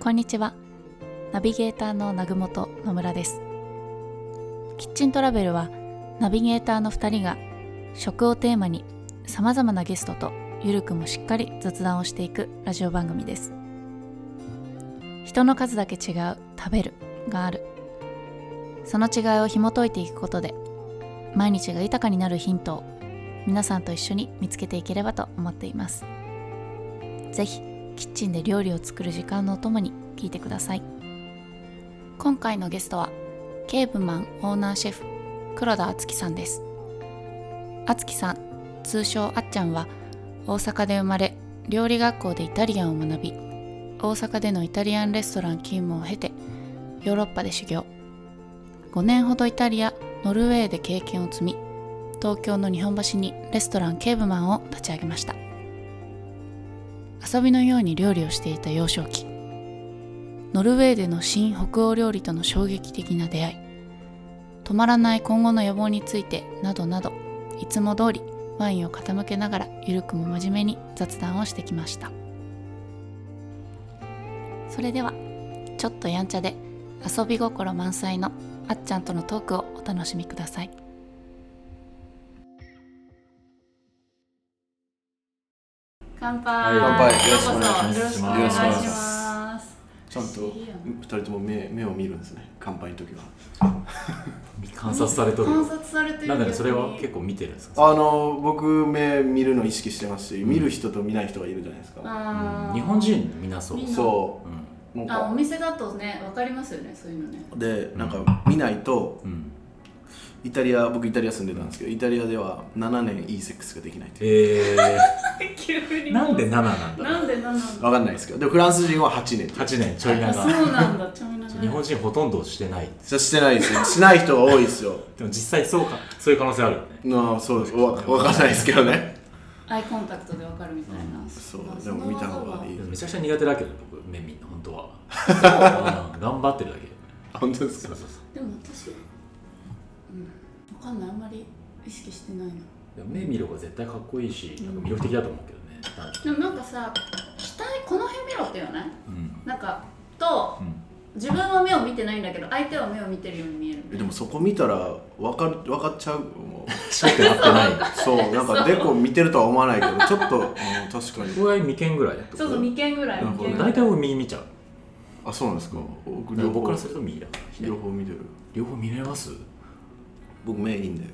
こんにちは。ナビゲーターのなぐもと野村です。キッチントラベルはナビゲーターの2人が食をテーマに様々なゲストとゆるくもしっかり雑談をしていくラジオ番組です。人の数だけ違う食べるがある。その違いを紐解いていくことで毎日が豊かになるヒントを皆さんと一緒に見つけていければと思っています。ぜひキッチンで料理を作る時間のお供に聞いてください今回のゲストはケーブマンオーナーシェフ黒田敦樹さんです敦樹さん通称あっちゃんは大阪で生まれ料理学校でイタリアンを学び大阪でのイタリアンレストラン勤務を経てヨーロッパで修行5年ほどイタリアノルウェーで経験を積み東京の日本橋にレストランケーブマンを立ち上げました遊びのように料理をしていた幼少期ノルウェーでの新北欧料理との衝撃的な出会い止まらない今後の野望についてなどなどいつも通りワインを傾けながらゆるくも真面目に雑談をしてきましたそれではちょっとやんちゃで遊び心満載のあっちゃんとのトークをお楽しみください乾杯乾杯よろしくお願いしますよろくお願いしよろしくお願いしまますちゃんと二人とも目目を見るんですね乾杯の時は観察されとる観察されてるなんだ逆ねにそれは結構見てるんですかあの僕目見るの意識してますし、見る人と見ない人がいるじゃないですかあうんー日本人みんなそうみんなそうんうなんあおか店だとね分かりますよねそういうの ねでなんか見ないとうんイタリア僕イタリア住んでたんですけどイタリアでは7年いいセックスができないって え急ー、になんで7なんだなんでなんなんだ分かんないですけどでもフランス人は8年って8年ちょいあ長そうなんだちょい長い日本人ほとんどしてないそれしてないですよしない人が多いですよでも実際そうかそういう可能性あるよね なあそうですわ分かんないですけどねアイコンタクトで分かるみたいなそうまあでも見た方がいいでもめちゃくちゃ苦手だけど僕目見んの本 当はうん頑張ってるだけ本当ですそうかそうそうでも私うん分かんないあんまり意識してないなでも目見る方が絶対かっこいいしなんか魅力的だと思うけどねなんかでもなんかさ額この辺見ろって言わないうんなんかとうん自分は目を見てないんだけど相手は目を見てるように見えるえでもそこ見たら分かる分かっちゃうもうちょっと合ってないそうなんかデコ見てるとは思わないけ どちょっと、うん、確 かに僕は未見ぐらいだとそうそう2件ぐらいなるほ二ど件ぐらい大体俺右見ちゃうあそうなんですか僕だから両方僕からすると右だから両左方見てる両方見れます僕目いいんで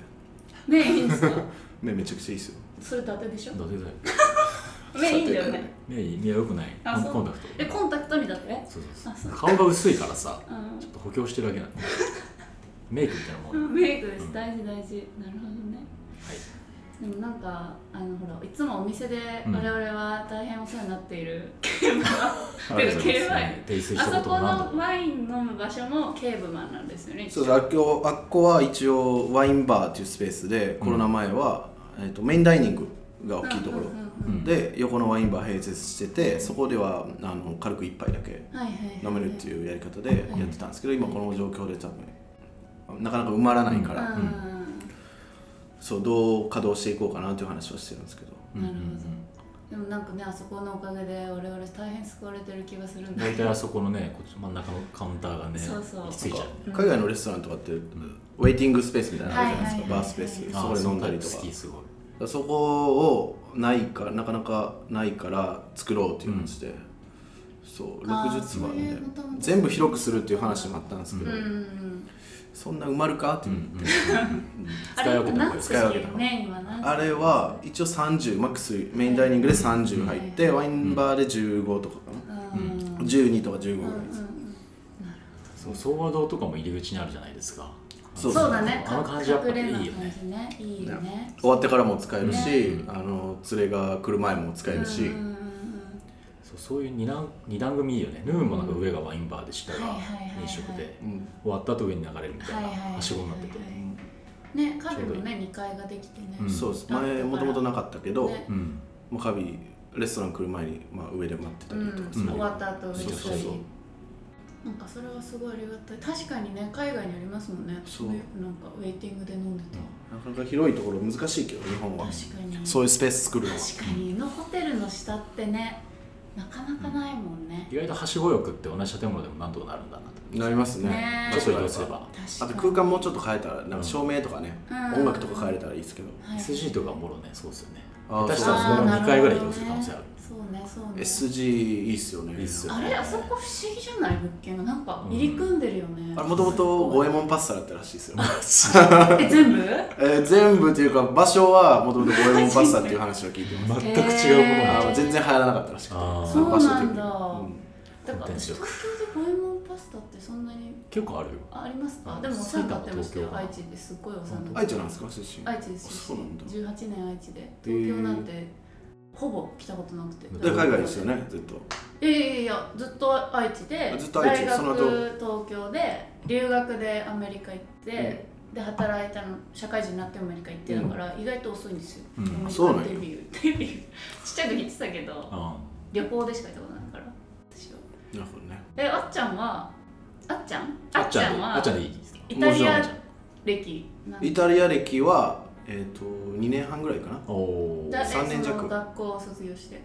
目いいんですか目めちゃくちゃいいですよそれ伊達でしょどうせだよ目いいんだよね目いやよくないあそうコンタクえトコンタクトにだってそうそあうそそうう顔が薄いからさうんちょっと補強してるだけなんだメイクみたいなもんうはんいメイクです大事大事なるほどねでもなんかあのほらいつもお店でうん我々は大変お世話になっているケーブマンありがとうござケーいブますマン訂正しあたこそとこを何度のもワイン飲む場所もケーブマンなんですよねそうあっこあっこは一応ワインバーっていうスペースでコロナ前は、えっとメインダイニングが大きいとこうろ、んうんうんうんで横のワインバー併設しててそこではあの軽く一杯だけうんはいはいはい飲めるっていうやり方でやってたんですけど、今この状況で多分なかなか埋まらないかうら、んそうどう稼働していこうかなという話はしてるんですけどうんうんなるほどでうんもなんかねあそこのおかげで我々大変救われてる気がするんだ大体あそこのねこっち真ん中のカウンターがねそうそう行き着いちゃうねうん海外のレストランとかって、ウェイティングスペースみたいなのあるじゃないではいはいすか、はいはいバースペースあそーこで飲んだりとそか好きすごいそこをないからなかなかないから作ろうっていう話で、そうあー60坪あるそういうんこでとも全部広くするっていう話もあったんですけうど、んうんうんそんな埋まるかってういんう、あれ使い分けた方がいい何です使い分けた方がメインは何あれは一応30マックスメインダイニングで30入って、うんワインバーで15とかかな、うん12とか15うぐんらういんです、うんそう総和堂とかも入り口にあるじゃないですかそうそうだねあの感じやっぱりいいよね隠れな感じねいいよね終わってからも使えるし、うんあの連れが来る前も使えるし、うんうんうんそうそういう二段二段組いいよねヌーンもなんか上がワインバーで下はがいはいはいはい飲食でうん終わった後上に流れるみたいはいはいはいはいなはしごになっててねカフェもね2階ができてねうんそうですあ前もともとなかったけど、ねうんもうカビレストラン来る前に、まあ、上で待ってたうりんとかす終る、わった後嬉そうしそうそういなんかそれはすごいありがたい確かにね海外にありますもんねそうねなんかウェイティングで飲んでたなかなか広いところ難しいけど日本は確かにそういうスペース作るのは確かにのホテルの下ってねなかなかないもんね意外とはしご欲って同じ建物でもなんとかなるんだなとなりますねね場所移動すれば確かあにと空間もうちょっと変えたらなんか照明とかね、うん音楽とか変えれたらいいですけど、はい SG とかもろねそうですよねあー下手したらそあーこもなるほ2ど回ぐらい移動する可能性あるそうねそうね SG いいっすよねいいっすよあれあそこ不思議じゃない物件がなんか入り組んでるよね、あれもともと五右衛門パッサだったらしいですよ、え全部えー全部というか場所はもともと五右衛門パッサっていう話を聞いてます全く違うものへがあーー全然流行らなかったらしくてあーその場所的そうになんだだから私全東然京で五右衛門パスタってそんなに結構あるよあありますかあでもお世話になってましたよ埼玉愛東知ですっごいお世話にうんなっ愛て知なんですか出身愛知ですそうなんだ18年愛知でへー東京なんてほぼ来たことなくてでで海外ですよねずっといやいやいやずっと愛知でずっと愛知大学その後東京で留学でアメリカ行って、で働いたの社会人になってアメリカ行ってだから、意外と遅いんですよ、うんアメリカそうなんやデビューデビューちっちゃく言ってたけどう旅行でしか行ったことないから私はなるほどねえあっちゃんはあっちゃんんあっちゃんではあっちゃんでいいですかイタリもアち歴なんイタリア歴はえっ、と2年半ぐらいかなおおーだえ三年弱その学校を卒業して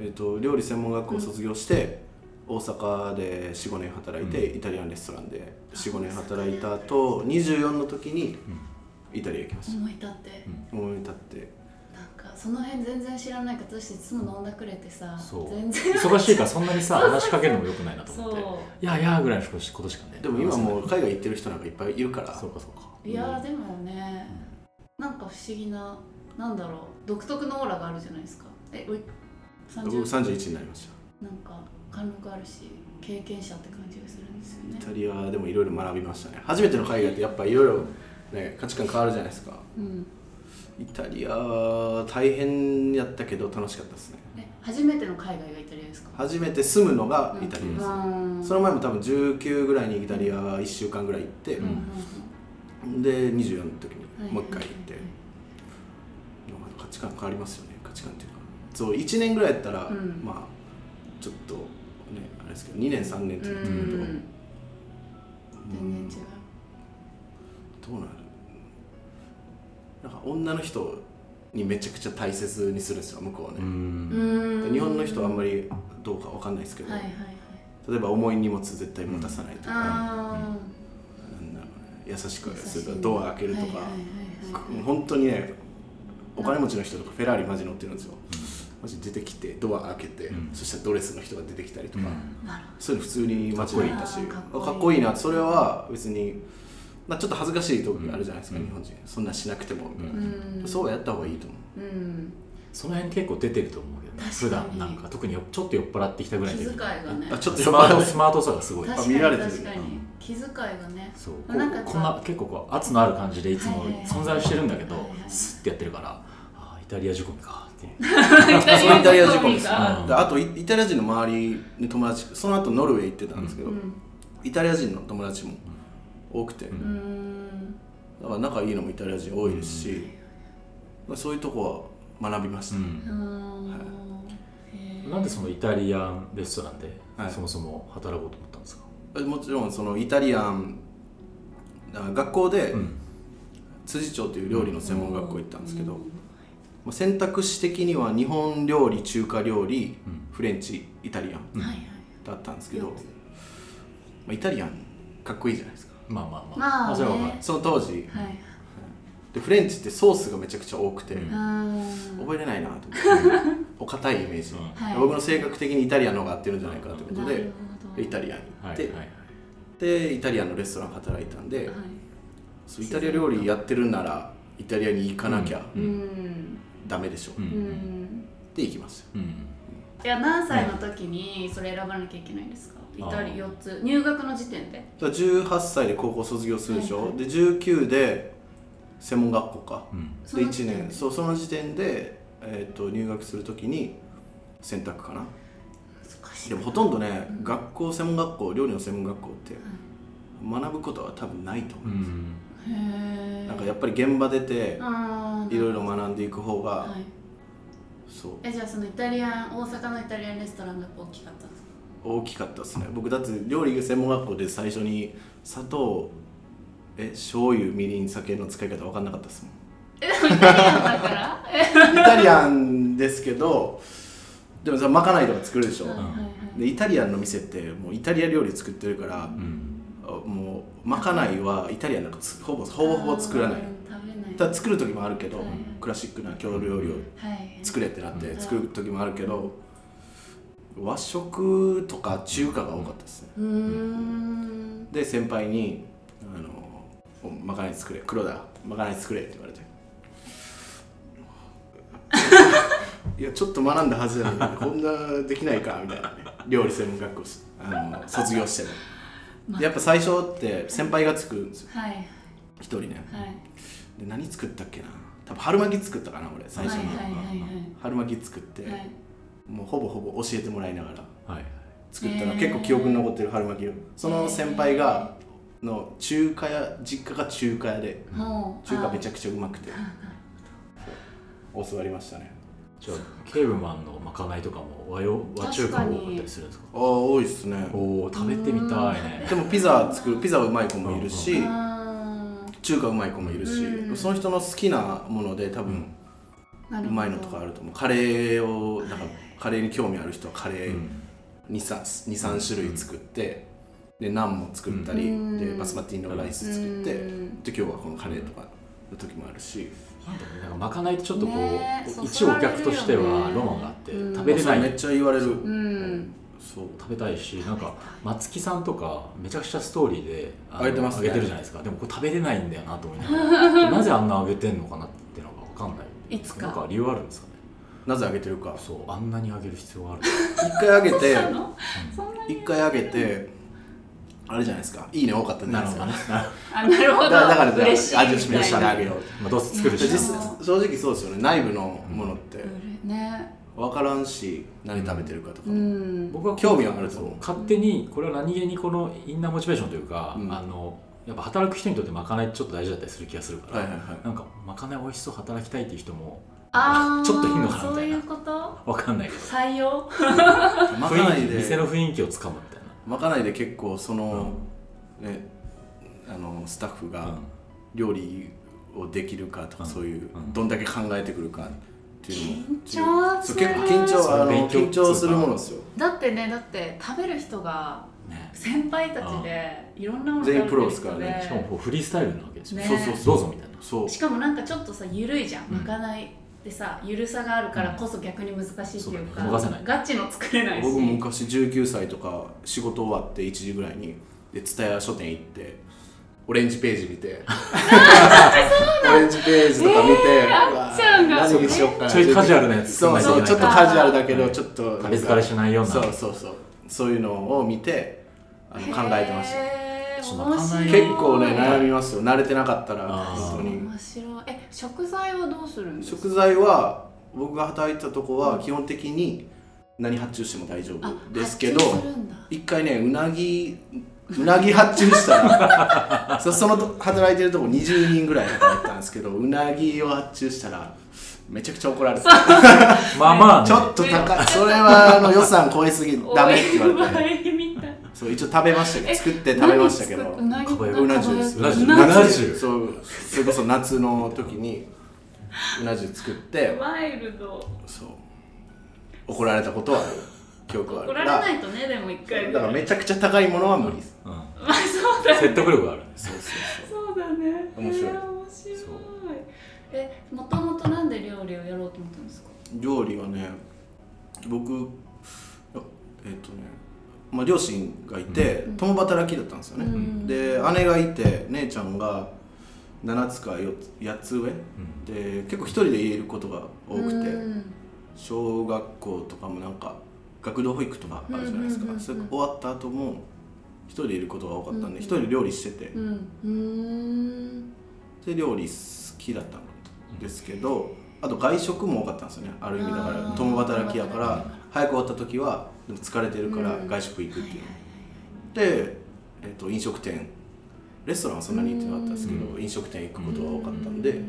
えっ、と料理専門学校を卒業して、大阪で45年働いて、イタリアンレストランで45年働いた後24の時うにんイタリア行きました、思い立って思い立ってなんかその辺全然知らないから私いつも飲んだくれてさそう全然忙しいからそんなにさ話しかけるのもよくないなと思ってそいやいやぐらいのことしかねでも今もう海外行ってる人なんかいっぱいいるからそうかそうかういやーでもねなんか不思議ななんだろう独特のオーラがあるじゃないですかえおい僕30 31になりましたなんか貫禄あるし経験者って感じがするんですよねイタリアでもいろいろ学びましたね初めての海外ってやっぱいろいろね価値観変わるじゃないですかうんイタリア大変やったけど楽しかったですねえ初めての海外がイタリアですか初めて住むのがイタリアです、うんその前も多分19ぐらいにイタリア1週間ぐらい行って、うんうんうんで24の時にはいもう1回行って、なんか価値観変わりますよね価値観っていうかそう1年ぐらいやったら、うんまあちょっとねあれですけど2年3年ってう言んうってくると、んうん全然違うどうなるなんか女の人にめちゃくちゃ大切にするんですよ向こうはうね、んうでん日本の人はあんまりりどうかわかんないですけど、はいはいはい例えば重い荷物絶対持たさないとか、あなんだろうね優しーくするとかドア開けるとか、はいはいはいもはうい本当にねお金持ちの人とかフェラーリマジ乗ってるんですよ、マジ出てきてドア開けて、うんそしたらドレスの人が出てきたりとうか、んなるほそういうの普通に街でいたしかかっっこいいこいいなそれは別に、まあ、ちょっと恥ずかしい時があるじゃないですか、うん日本人そんなしなくてもみたいなどうんそうやった方がいいと思ううんその辺結構出てると思うけどね確かに普段なんか特によちょっと酔っ払ってきたぐらい気の時遣いがねあちょっとスマートスマートさがすごい確かぱに見られてる確かに気遣いが ねそうあこうなんかさこんな結構こう圧のある感じでいつもはいはいはい存在はしてるんだけど、はいはいスッてやってるからあーイタリア仕込みかっていうそれイタリア仕込みですあであとイイタリア人の周りの友達その後ノルウェー行ってたんですけうど、んイタリア人の友達も多くて、うんうんだから仲いいのもイタリア人多いですし、そういうとこは学びました、うはんへーなんでそのイタリアンレストランで、はいそもそも働こうと思ったんですか、えもちろんそのイタリアンあ学校で辻町という料理の専門学校行ったんですけど、うんまあ選択肢的には日本料理中華料理、うんフレンチイタリアンはいはいだったんですけど、うんまあ、イタリアンかっこいいじゃないですかまあまあままああ、ねそれはまあその当時はいでフレンチってソースがめちゃくちゃ多くて、うんうん覚えれな いなと思ってお堅いイメージ、うんはい僕の性格的にイタリアンの方が合ってるんじゃないかってことなるでほどイタリアンに行はいって、はいはいでイタリアンのレストラン働いたんで、はいそうイタリア料理やってるならイタリアに行かなきゃうんダメでしょ、うんううんうんんで行きましたようんじゃあ何歳の時にそれ選ばなきゃいけないんですか、イタリア4つ入学の時点でだから18歳で高校卒業するでしょ、はいはいで19で専門学校かうんそでの1時点年そうその時点で、えー、と入学するときに選択かな難しいでもほんとんどね、うん学校専門学校料理の専門学校って学ぶことは多分ないと思うう、んへえなんかやっぱり現場出てあーいろいろ学んでいく方が、はい、そうえじゃあそのイタリアン大阪のイタリアンレストランが大きかったんですか 大きかったですね僕だって料理専門学校で最初に砂糖え醤油みりん酒の使い方分かんなかったですもんえでもイタリアンだからえイタリアンですけどでもさまかないとか作るでしょ、いはいでイタリアンの店ってもうイタリア料理作ってるからう、んもうまかないはイタリアンなんかつほぼほぼほぼ作らない食べないただ作る時もあるけど、はいクラシックな郷土料理をはい作れってなってうん作る時もあるけど、和食とか中華が多かったですねうーんで先輩に「あのまかない作れ黒田まかない作れ」って言われて いやちょっと学んだはずなのにこんなできないかみたいなね料理専門学校しあの卒業してねでやっぱ最初って先輩が作るんですよはいはい一人ねで何作ったっけな多分春巻き作ったかな俺最初に、はいはいはい春巻き作って、はいはいもうほぼほぼ教えてもらいながらはい作ったへらー結構記憶に残ってる春巻きをその先輩がの中華屋実家が中華屋でもう中華めちちゃくちゃうまくて教わりましたねじゃあケーブマンのまかないとかも和洋和中華が多かったりするんですかああ多いっすねおお食べてみたいねでもピザ作るピザうまい子もいるしあ中華うまい子もいるしうんその人の好きなもので多分ーなるうほどまいのとかあると思うカレーをだからカレーに興味ある人はカレうーん23種類作ってでナンも作ったりうんでバスマティのライス作ってうんで今日はこのカレーとかの時もあるしなんかねなんかまかないってちょっとこう、ねえ一お客としてはロマンがあって、うん食べれなめっいちゃ言われるうんそう食べたいしなんか松木さんとかめちゃくちゃストーリーであの上げてますね上げてるじゃないですかでもこれ食べれないんだよなと思いながらなぜあんな上げてんのかなってのが分かんないいつかなんか理由あるんですかねなぜあげてるかそうあんなに上げる必要がある一回あげてそうなのそんなに一回あげてあれじゃないですかいいね多かったじゃないですかね、あなるほだどだからじゃあ嬉しい味を示しみてたいあげようまあ、どうせ作るでし実いや正直そうですよね内部のものってなね分からんし何食べてるかとかうも、ん僕は興味はあると思う勝手にこれは何気にこのインナーモチベーションというか、うんあのやっぱ働く人にとってまかないってちょっと大事だったりする気がするから、はいはいはいなんかまかない美味しそう働きたいっていう人もあーちょっといいのかなみそうたいいなうこと分かんないけど採用まかな雰囲い気店での雰囲気をつかむみたいなまかないで結構その、ねあのスタッフが料理をできるかとか、うんそういう、うんどんだけ考えてくるかっていうのも緊張そすうる結構緊張あの勉強緊張するものですよだってねだって食べる人がうんね先輩たちでいろんなもの食べ全てる員人プロですからねしかもこうフリースタイルなわけですよ、ねそうそうそうどうぞみたいなそうしかもなんかちょっとさゆるいじゃん、うんまかないってさゆるさがあるからこそ逆に難しいっていうか、そうだね逃せないガチの作れないし僕も昔19歳とか仕事終わって1時ぐらいにで蔦屋書店行ってオレンジページ見てオレンジページとか見て、うわあっちゃんが何にしよっかなちょいカジュアルなやつそう作そんうなちきゃいけょっとなかいらカジュアルだけどはいちょっと食べ疲れしないようなそうそうそうそういうのを見てあの考えてましたへーちょっとまかない面白い結構ね悩みますよ慣れてなかったらあー本当に面白いえ食材はどうするんですか食材は僕が働いてたとこは基本的に何発注しても大丈夫ですけど発注するんだ一回ねうなぎうなぎ発注した らそそのと働いてるとこ20人ぐらい働いてたんですけどうなぎを発注したらめちゃくちゃ怒られてたまあまあ、ね、ちょっと高いそれはあの予算超えすぎダメって言われて お祝いみたいそう一応食べましたけどえ作って食べましたけど何作っうなぎかば焼うな重ですうな重うなうな重そうそれこそ夏の時にうな重作ってワイルドそう怒られたことはある記憶はあ怒るからられないとねでも一回だからめちゃくちゃ高いものは無理ですうんまあそうだ説得力があるそうそうそそううだね面白いえー面白いそうえもともとなんで料理をやろうと思ったんですか料理はね僕いやえっ、とね、まあ、両親がいて、うん共働きだったんですよね、うんで姉がいて姉ちゃんが7つか4つ8つ上うんで結構一人でいることが多くて、うん小学校とかもなんか学童保育とかあるじゃないですか、うんうんうんうんそれ終わった後も一人でいることが多かったんうんうんで一、人で料理してて、うんうーんで料理好きだったんですけどあと外食も多かったんですよねある意味だかあらー共働きやか共ら働早く終わった時はでも疲れてるからうん外食行くっていう、はいはいで、えっと飲食店レストランはそんなに行ってなかったんですけど、う飲食店行くことが多かったんで、うま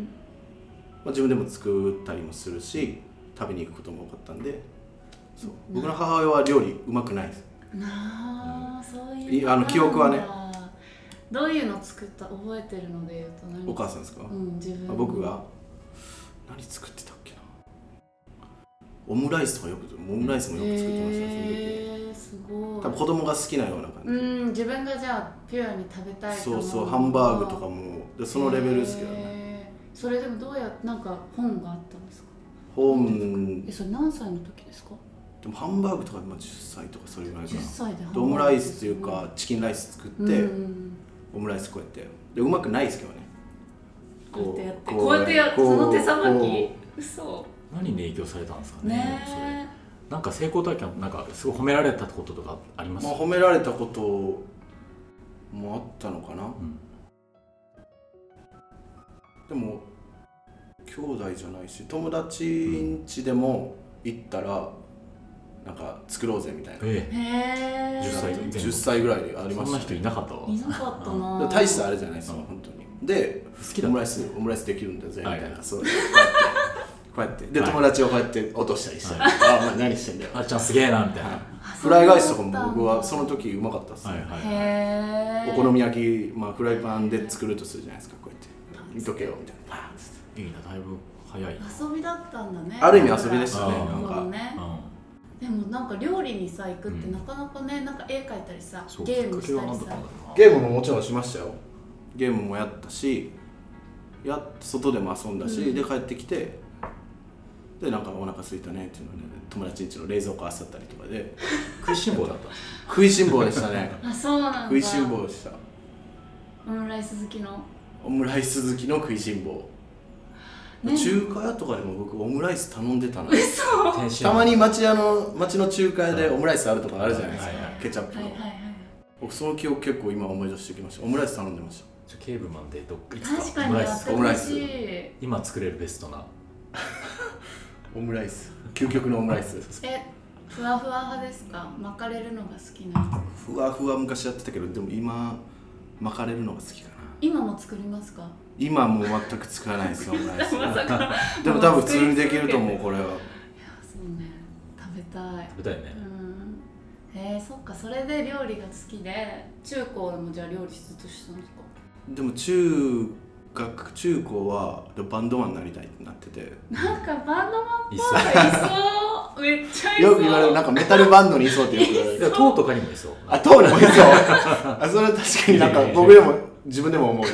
あ、自分でも作ったりもするし食べに行くことも多かったんでそう僕の母親は料理うまくないですなあそういいうあの記憶はねなんだどういうの作った覚えてるので言うと何お母さんですか、うん自分あ僕が何作ってたっけなオムライスとかよくオムライスもよく作ってましたねその時へえすごい多分子供が好きなような感じ、うん自分がじゃあピュアに食べたいとそ思ううそうハンバーグとかもでそのレベルですけどねへーそれでもどうやなんか本があったんですか本えそれ何歳の時ですかでもハンバーグとかまあ10歳とかそれぐらいか10な歳でハンバーでグオムライスというかチキンライス作って、うんオムライスこうやってでうまくないですけどねこうやってこうやってやこうその手さばきこ嘘何に影響されたんですかねねそれなんか成功体験なんかすごい褒められたこととかありうます、まあ、褒められたこともあったのかなうんでも兄弟じゃないし友達ん家でも行ったらなんか作ろうぜみたいなええへえ10歳前後10歳ぐらいであえりそまんしなた人いなかったわいなかったな大したあれじゃないですよ、うん本当にで好きオだっムたライスオムライスできるんだぜみたいな、はいはいそうこうやってこうやってで、はい友達をこうやって落としたりして、はあお前何してんだよ、あっちゃんすげえなみたいな、はいあフライ返しとかも僕はそそうだの時うまかったっすね、はいはいへえお好み焼き、まあ、フライパンで作るとするじゃないですかこうやって見とけよみたいなパーンっつっていいなだいぶ早いな遊びだったんだねある意味遊びでしたねあーなんそうかねうんでもなんか料理にさ行くっうてんなかなかねなんか絵描いたりさそうゲームきしっかけたはり何ださったんだろうなゲームももちろんしましたよゲームもやったしやっ外でも遊んだし、うんで帰ってきてでなんかお腹空いたねっていうので友達ん家の冷蔵庫あさったりとかで食いしん坊だった食いしん坊でしたねあそうなんだ食いしん坊でしたオムライス好きのオムライス好きの食いしん坊、ね中華屋とかでも僕オムライス頼んでたな天津たまに町屋の町の中華屋でオムライスあるとかあるじゃないですか、はいはいケチャップはの、いはいはい僕その記憶結構今思い出してきましたオムライス頼んでましたちょケーブマンでどっかいつ確かオムにライやっスてオムラほイスしい今作れるベストなオムライス究極のオムライスえふわふわ派ですか巻かれるのが好きなふわふわ昔やってたけどでも今巻かれるのが好きかな今も作りますか今もう全く使わないですオム ライスまさかでも多分普通にできると思うこれはそうね食べたい食べたいねうんえー、そっかそれで料理が好きで中高でもじゃあ料理ずっとしてたんですかでも中学中高はでバンドマンになりたいってなっててなんかバンドマンっいっそぽいいそうめっちゃいそうよく言われるなんかメタルバンドにいそうってよく言われいるや塔とかにもいそうあ塔にも いそうあそれは確かになんか僕でも自分でも思う い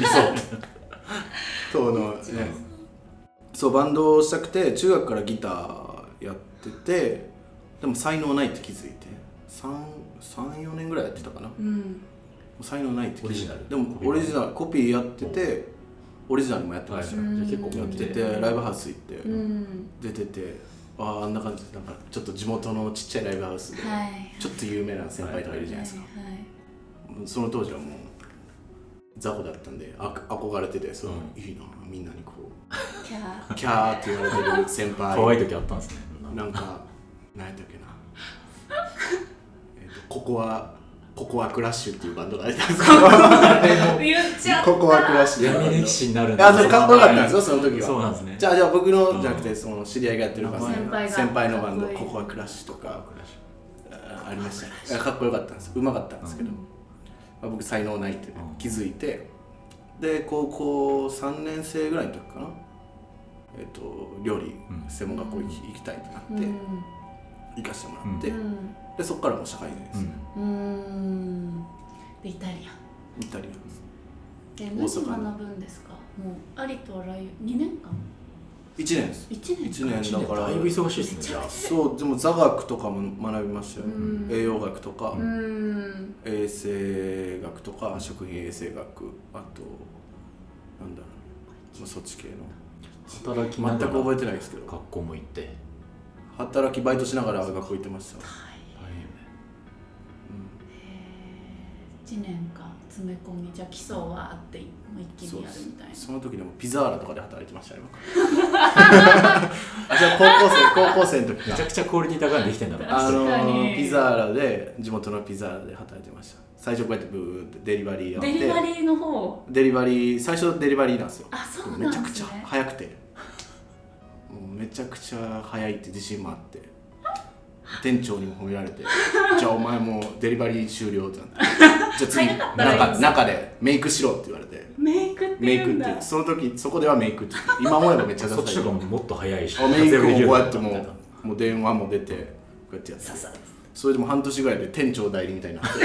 そう塔のねそうバンドをしたくて中学からギターやっててでも才能ないって気づいて34年ぐらいやってたかなうん才能ないって気づオいてリジナルでもオリジナルコピーやっててオリジナルもやってましたよ、うんじゃあ結構持やっってててライブハウス行って、うん出ててあああんな感じでなんかちょっと地元のちっちゃいライブハウスで、はいちょっと有名な先輩とかいるじゃないですか、はいはいその当時はもう雑魚だったんであ憧れててそう、ういいなみんなにこうキャーキャーって言われてる先輩可愛い時あったんですねなんか何やったっけなえっとここはここはクラッシュっていうバンドがあったんですけど 言っちゃったここはクラッシュ闇歴史になるんあそれかっこよかったんですよその時はそうなんですねじゃあじゃあ僕のじゃなくてその知り合いがやってるバンド先輩が先輩のバンドかっこいいここはクラッシュとかあありましたねかっこよかったんですうまかったんですけど、まあ、僕才能ないって気づいて、で高校3年生ぐらいの時かなえっ、と料理うん専門学校行き行きたいってなって、うん行かせてもらって、うんでそこからもう社会人です、うんうんでイタリアンイタリアンで大何阪の学ぶんですかもうありとあらゆる2年間1年です1年1年だからだいぶ忙しいですねじゃあそうでも座学とかも学びましたよ、うん栄養学とか、うん衛生学とか食品衛生学あとなんだろう、まあ、そっち系の働きな全がくら覚えてないですけど学校も行って働きバイトしながら学校行ってました大変ね1年間詰め込みじゃあ基礎はあってもう一気そうにでやるすみたいなその時でもピザーラとかで働いてましたね僕あじゃあ高校生高校生の時めかちゃくちゃクオリティ高いのできてんだろうなあの確かにピザーラで地元のピザーラで働いてました最初こうやってブーってデリバリーやってデリバリーの方デリバリー最初デリバリーなんですよあそうなんめですちゃねくちゃ早くてもうめちゃくちゃ早いって自信もあって店長にも褒められて「じゃあお前もうデリバリー終了」ってなって「じゃあ次早かったらいい中中でメイクしろ」って言われてメイクってメイ言うクっんてだいうその時そこではメイクって言って今思えばめっちゃダそっちサといかももっと早いしあメイクもこうやってみもうたいなもう電話も出てこうやってやってささそれでも半年ぐらいで店長代理みたいになって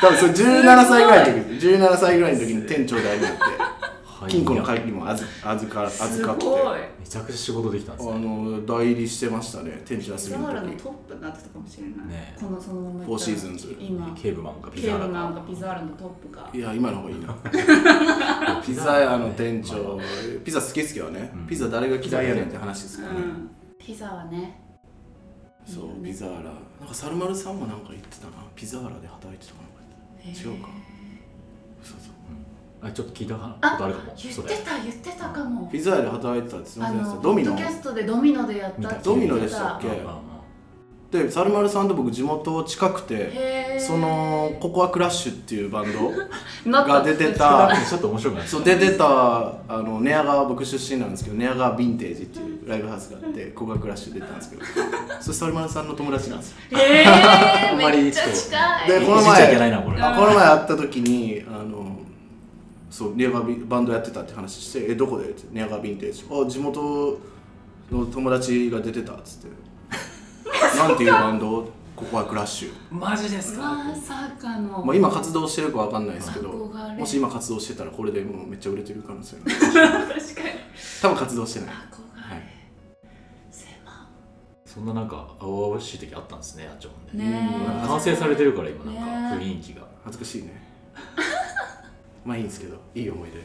多分それ17歳ぐらいの時17歳ぐらいの時に店長代理になってはい金庫の鍵も預預かす預かってごいめちゃくちゃ仕事できたんあですねの代理してましたね店長休ザみのワラの時トップになってたかもしれない、ねえこのそのままいったらフォーシーズンズ今ケーブマンがケピザーーブマンラがピザーラのトップがいや今の方がいいな がピザ屋の店長ピザ好きですけどね、うんピザ誰が嫌いやねんって話ですうからね、んピザはねそういいピザーラなんかサルマルさんもなんか言ってたなピザーラで働いてたかなへー違うかそうそうあちょっと聞いたことああるかも言っそれてた言ってたかもピザ屋で働いてたってすみあませんでしたのドミノポッドキャストでドミノでやったってドミ言ノってでしたっけうんうんうんでサルマルさんと僕地元近くてへえそのココアクラッシュっていうバンドなったが出てたちょっと面白くないそう出てたあの寝屋川僕出身なんですけど寝屋川ヴィンテージっていうライブハウスがあってココアクラッシュ出たんですけどそれサルマルさんの友達なんですよへあえ んまりめっちゃ近でいこの前いじっちゃいけないなこれあこの前会った時にあのそうネアガビバンドやってたって話して「えどこで?」って「ネアガビンテージ」「あ地元の友達が出てた」っつって「なんていうバンドここはクラッシュ」マジですまさかのまあ、今活動してるかわかんないですけど憧れもし今活動してたらこれでもうめっちゃ売れてる可能性ある確かに多分活動してない憧はいれ狭そんななんか青々しい時あったんですねあっちもねねえなんか完成されてるから今なんかねえ雰囲気が恥ずかしいね まあいいんですけどいい思い出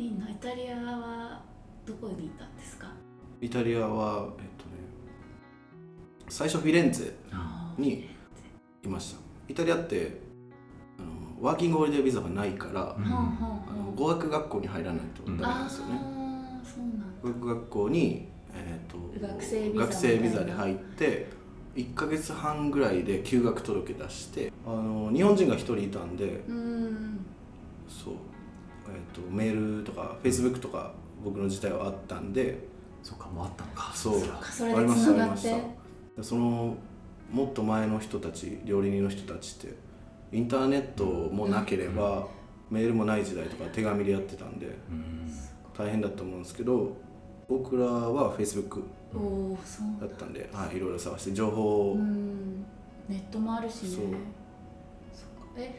いいなイタリアはどこにいたんですかイタリアはえっとね最初フィレンツェにいましたイタリアってあのワーキングホリデービザがないから、うんはんはあのんはん語学学校に入らないとダメなんですよね、あーそうなんだ語学学校に、えー、と学生ビザ学生ビザで入って1ヶ月半ぐらいで休学届出してあの日本人が1人いたんでうーんそう、えー、とメールとかフェイスブックとか僕の時代はあったんでそっかもうあったのかそうっかそれでつながってたそのもっと前の人たち料理人の人たちってインターネットもなければ、メールもない時代とか手紙でやってたんでうん大変だと思うんですけど僕らは Facebook おおーそうだったんで、はい、いろいろ探して情報を、うんネットもあるしねそうそっかえ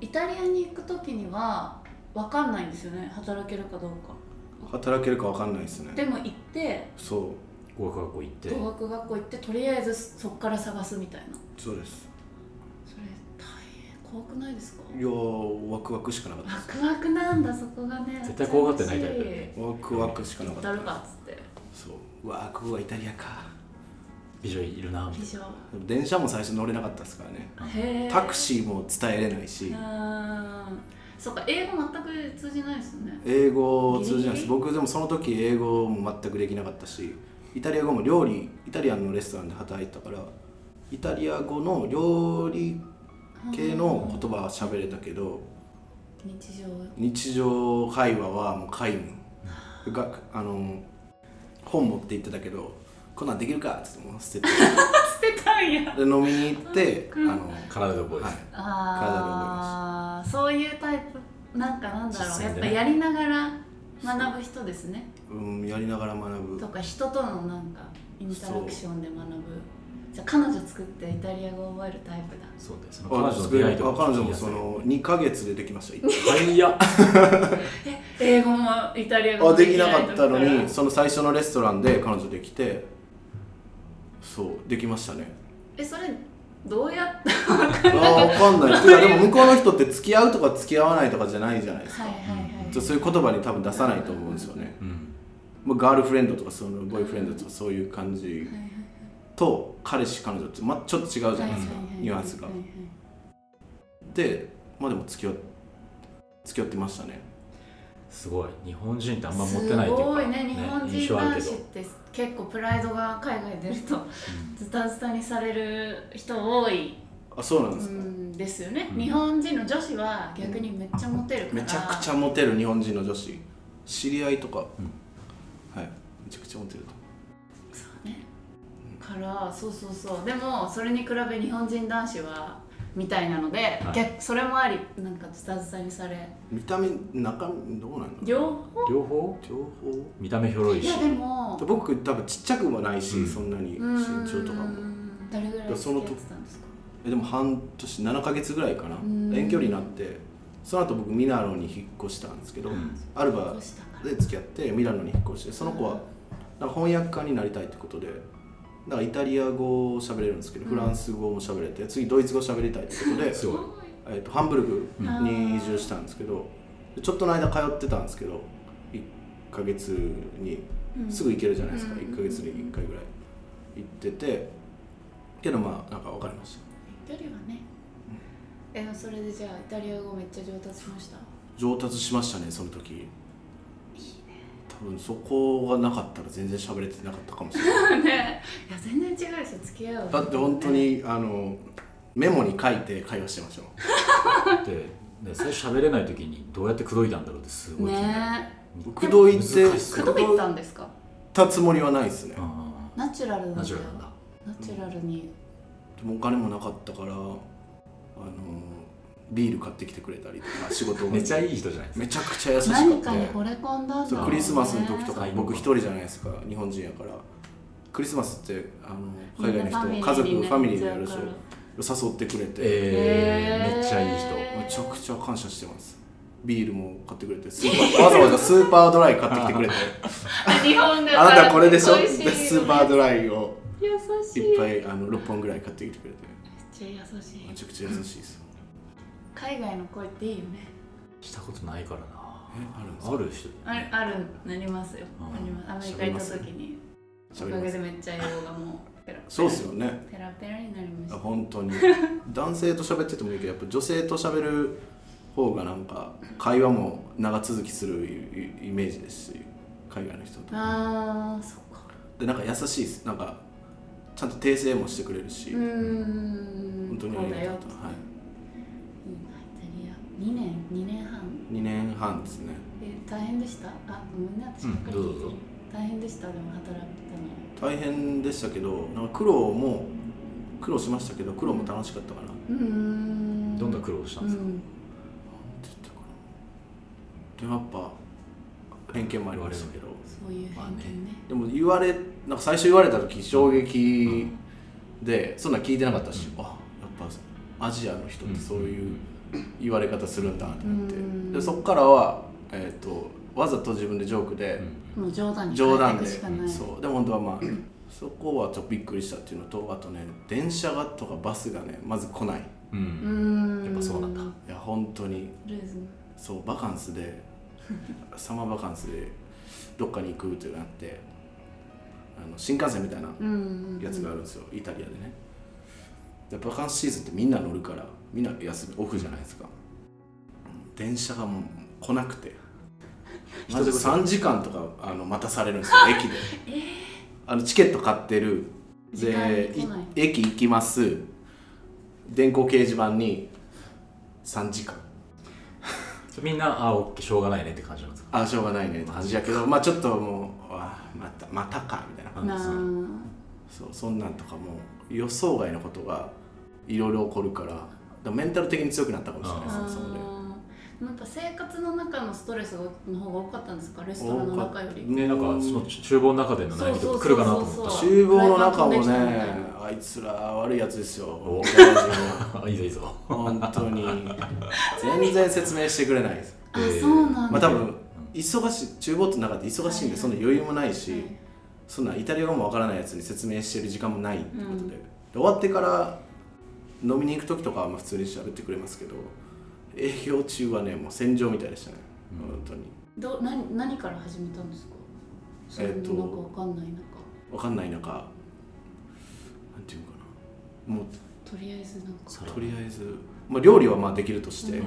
イタリアに行く時には分かんないんですよね働けるかどうか働けるかわかんないですねでも行ってそ語学学校行って語学学校行ってとりあえずそっから探すみたいなうそうですそれ大変怖くないですかいやーワクワクしかなかったワですクワクなんだそこがね絶対怖がってないタイプだよねワクワクしかな行かっったたるですかっつってそううわーここはイタリアか美女いるなみたい非な常でも電車も最初乗れなかったですからねへえタクシーも伝えれないし、うーんそっか英語全く通じないですよね英語を通じないですギリギリ僕でもその時英語も全くできなかったしイタリア語も料理イタリアンのレストランで働いてたからイタリア語の料理系の言葉は喋れたけど日常日常会話はもう皆無があの本持って行ってたけどこんなんできるかっつってもう捨て捨てたんやてで飲みに行ってあの、体で覚えてはい、ああそういうタイプなんかなんだろう、実や践っでぱねやりながら学ぶ人ですねうん、やりながら学ぶとか人とのなんかインタラクションで学ぶじゃあ彼女作ってイタリア語を覚えるタイプだそうだよその彼あ女の出会いとか彼女もその2ヶ月でできました早っ英語もイタリア語あもできなかったのできないにとかその最初のレストランで彼女できてそうできましたね えそれどうやってああ分かんないてかでも向こうの人って付き合うとか付き合わないとかじゃないじゃないですか、はいはいはいちょそういう言葉に多分出さないと思うんですよね、うんまあ、ガールフレンドとかそのボーイフレンドとかそういう感じはいはいはいと彼氏彼女って、まあ、ちょっと違うじゃないですか、はいはいはいニュアンスがはいはいでまあでも付き合っ付き合ってましたねすごい日本人ってあんま持ってないっていうすかごいね日本印人象あ男るけど子って結構プライドが海外出るとズタズタにされる人多いあそうなんうですか、んですよね、うん日本人の女子は逆にめっちゃモテるからめちゃくちゃモテる日本人の女子知り合いとか、はいめちゃくちゃモテるとそうねからそうそうそうでもそれに比べ日本人男子はみたいなので、はい逆それもありなんかズタズタにされ見た目中身どうなんだろう両方両方情報見た目ひょろいいしやでも僕多分ちっちゃくもないし、うんそんなに身うーん長とかもどれぐらい付き合ってたんですかえでも半年7ヶ月ぐらいかなうん遠距離になってその後僕ミラノに引っ越したんですけど、うんアルバどうしたからで付き合ってミラノに引っ越してその子はなんか翻訳家になりたいってことでだからイタリア語を喋れるんですけど、うんフランス語も喋れて次ドイツ語喋りたいってことで、すごいえっとハンブルグうんに移住したんですけどでちょっとの間通ってたんですけど1ヶ月にうんすぐ行けるじゃないですか、うん1ヶ月に1回ぐらい行っててけどまあなんか分かりました距離はねえそれでじゃあイタリア語めっちゃ上達しました上達しましたねその時多分そこがなかったら全然喋れてなかったかもしれな いねいや全然違うでしょ付き合うのだって本当にあのメモに書いて会話してましたもんで、ね、最初喋れない時にどうやって口説いたんだろうってすごい気になるね口説いて難し口そう説いたんですかたつもりはないですねあナチュラルなんだあよナチュラルなんだナチュラルにでもお金もなかったからあのビール買ってきてくれたりとか仕事めちゃいいい人じゃないですかめちゃくちゃ優しか何ったかに惚れ込んだんだろうねそうクリスマスの時とかね僕一人じゃないですか日本人やからクリスマスってあの海外のみんな人家族ファミリーでにやるでしょなっちゃうから誘ってくれて、えー、めっちゃいい人えーめちゃくちゃ感謝してますビールも買ってく れてスーパーわざわざスーパードライ買ってきてくれて日本だあなたこれでしょ美で味いよねスーパードライを優しいいっぱめっいあの6本ぐらい買ってきてくれてちゃ優しいめちゃくちゃ優しいです海外の恋っていいよねしたことないからなえあるんですかある人あるあるなりますようんなりますアメリカ行った時にお喋かりまげすでめっちゃ英語がもうペラペラそうですよねペラペラになりました本当に男性と喋っててもいいけどやっぱ女性と喋る方がなんか会話も長続きするイイメージですし海外の人とあーそっかでなんか優しいですなんかちゃんと訂正もしてくれるし、うーん本当にありがたそうだかった、よはうんイタリア2年2年半い、2年半ですねえ大変でしたあごめんね私ばっかりう聞いてんどうぞどうるぞ大変でしたでも働いたの大変でしたけどなんか苦労も苦労しましたけど苦労も楽しかったかな、なんてうーんどんな苦労したんうですか、ん言ったかなでもやっぱ偏見もありましたけどそういう偏見ねでも言われなんか最初言われた時衝撃で、そんなん聞いてなかったし、あやっぱアジアの人ってそういう言われ方するんだってなって、うんでそこからは、えー、とわざと自分でジョークで、もう冗談に冗変談えでていくしかないそうでも本当はまあそこはちょっとびっくりしたっていうのとあとね電車がとかバスがねまず来ないうんうんうーんやっぱそうなんだいや本当にルーズそうバカン スでサマーバカンスでどっかに行くってなってあの新幹線みたいなうんうんうんやつがあるんですよ、イタリアでねでバカンスシーズンってみんな乗るからみんな休みオフじゃないですか電車がもう来なくてまず3時間とかあの待たされるんですよ駅で、あのチケット買ってる時間でに来ないい駅行きます電光掲示板に3時間それみんなあオッケーしょうがないねって感じなんですかあしょうがないねってマ感ジじやけどまあちょっともうあまたまたかみたいななあそうそんなんとかも予想外のことがいろいろ起こるからだからメンタル的に強くなったかもしれないあそあもそもでーやっぱ生活の中のストレスの方が多かったんですかレストランの中よりねなんかその厨房の中での悩みとか来るかなと思ったそうし厨房フの中もライパン飛んでねきたみあいつら悪いやつですよおイタリア人はあいいぞいいぞ本当に全然説明してくれないですあそうなんだまあ多分忙しい厨房って中で忙しいんでそんな余裕もないし、そんなイタリア語もわからないやつに説明してる時間もないってことで,、うんで終わってから飲みに行く時とかはまあ普通に喋ってくれますけど営業中はねもう戦場みたいでしたね、うん本当にど何何から始めたんですかそれえっともなんかわかんない中、わかんない中なんていうのかなもうとりあえずなんかさらとりあえず、まあ、料理はまあできるとして、うん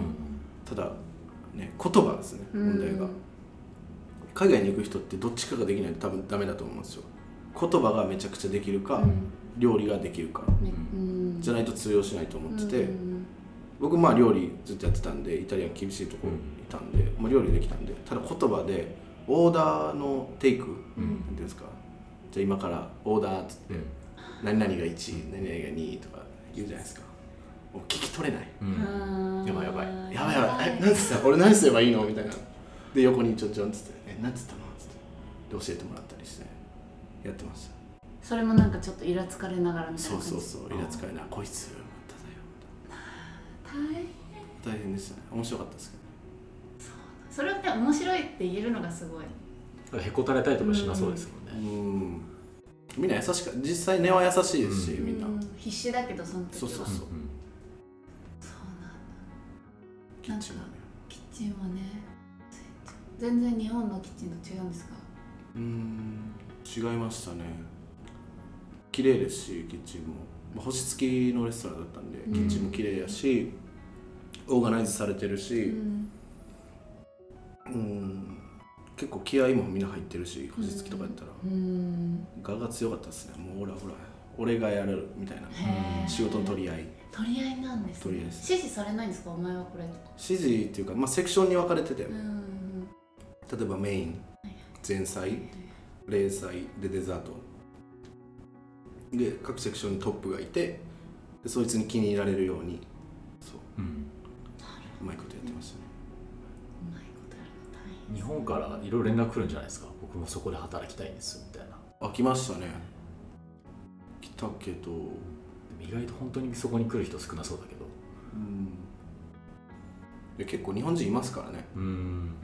ただ、ね、言葉ですね問題が、うん海外に行く人ってどっちかができないと多分ダメだと思うんですよ言葉がめちゃくちゃできるか、うん料理ができるかねうんじゃないと通用しないと思ってて、うん僕まあ料理ずっとやってたんでイタリアン厳しいところにいたんで、まあ、料理できたんでただ言葉でオーダーのテイク、うんなんていうんですかじゃあ今からオーダーっつってうん何々が1何々が2とか言うじゃないですかもう聞き取れないうんうんやばいやばいやばいやばいえなんつった俺何すればいいのみたいなで横にちょんちょんっつってえなんつったのっつってで教えてもらったりしてやってましたそれもなんかちょっとイラつかれながらみたいなそう感じそうそうイラつかれなこいつまただよ大変また大変でしたね面白かったですけどそれって面白いって言えるのがすごいへこたれたりとかしなそうですもんうね、んみんな優しか実際根は優しいですし、みんなう必死だけどその時はそうそううんそうそうなんキッチンもねだキッチンはね全然日本のキッチンと違うんですかうん違いましたね綺麗ですしキッチンも、まあ、星付きのレストランだったんで、うんキッチンも綺麗やしオーガナイズされてるうし、んうん、結構気合もみんな入ってるし星付きとかやったら、うんガが強かったですねもうほらほら俺がやるみたいなへー仕事の取り合い取り合いなんですね取り合いです指示されないんですかお前はこれとか指示っていうか、まあ、セクションに分かれてて、う例んえばメインはい前菜冷菜でデザートで各セクションにトップがいてでそいつに気に入られるようにそううんうまいことやってましたねうまいことやるの大変日本からいろいろ連絡来るんじゃないですか僕もそこで働きたいんですみたいなあ来ましたね来たけどでも意外と本当にそこに来る人少なそうだけどうんで結構日本人いますからねうん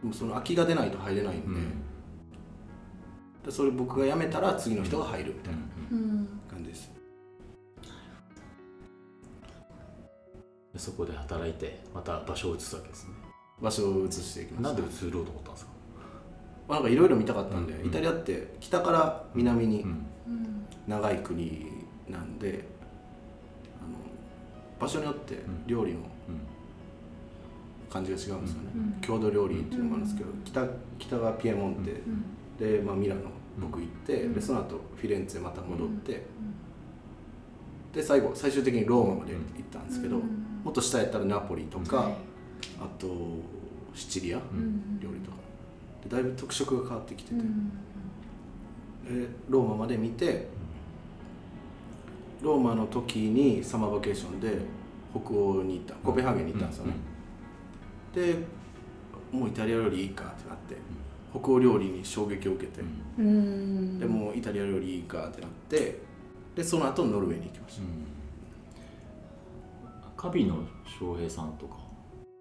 でもその空きが出ないと入れないんで,、でそれ僕が辞めたら次の人が入るみたいなうん感じです、でそこで働いてまた場所を移すわけですね場所を移していきましたなんで移ろうと思ったんですか、まあ、なんかいろいろ見たかったんで、うんイタリアって北から南にうん長い国なんで、あの場所によってん料理のうん感じが違うんですよね、うん郷土料理っていうのもあるんですけど、うん北北がピエモンテ、うんで、まあ、ミラノ僕行って、うんでその後フィレンツェまた戻って、で最後最終的にローマまで行ったんですけど、うんもっと下やったらナポリとか、はいあとシチリア、んうん料理とかでだいぶ特色が変わってきてて、うんでローマまで見てローマの時にサマーバケーションで北欧に行ったコペンハーゲンに行ったんですよね、でもうイタリア料理いいかってなって、北欧料理に衝撃を受けて、うんでもうイタリア料理いいかってなってでその後ノルウェーに行きました、カビの翔平さんとか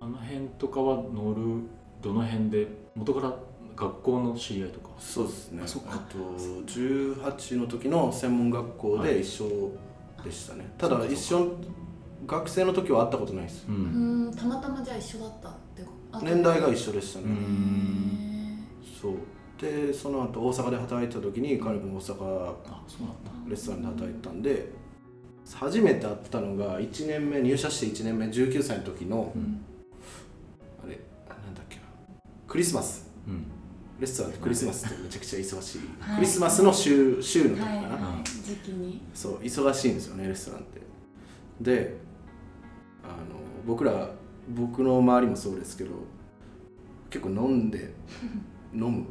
あの辺とかは乗るどの辺で元から学校の知り合いとかそうですねあそっかあと18の時の専門学校で一緒でしたね、ただ一緒学生の時は会ったことないですううんんたまたまじゃあ一緒だったってこと年代がへ一緒でしたね、うんーそうでその後大阪で働いてた時に彼も大阪あそうなんだレストランで働いてたんで初めて会ったのが1年目入社して1年目19歳の時のうんあれなんだっけなクリスマスうんレストランってクリスマスってめちゃくちゃ忙しい、はいクリスマスの週週の時かな、はいはうんい時期にそう忙しいんですよねレストランってであの僕ら僕の周りもそうですけど結構飲ん で飲む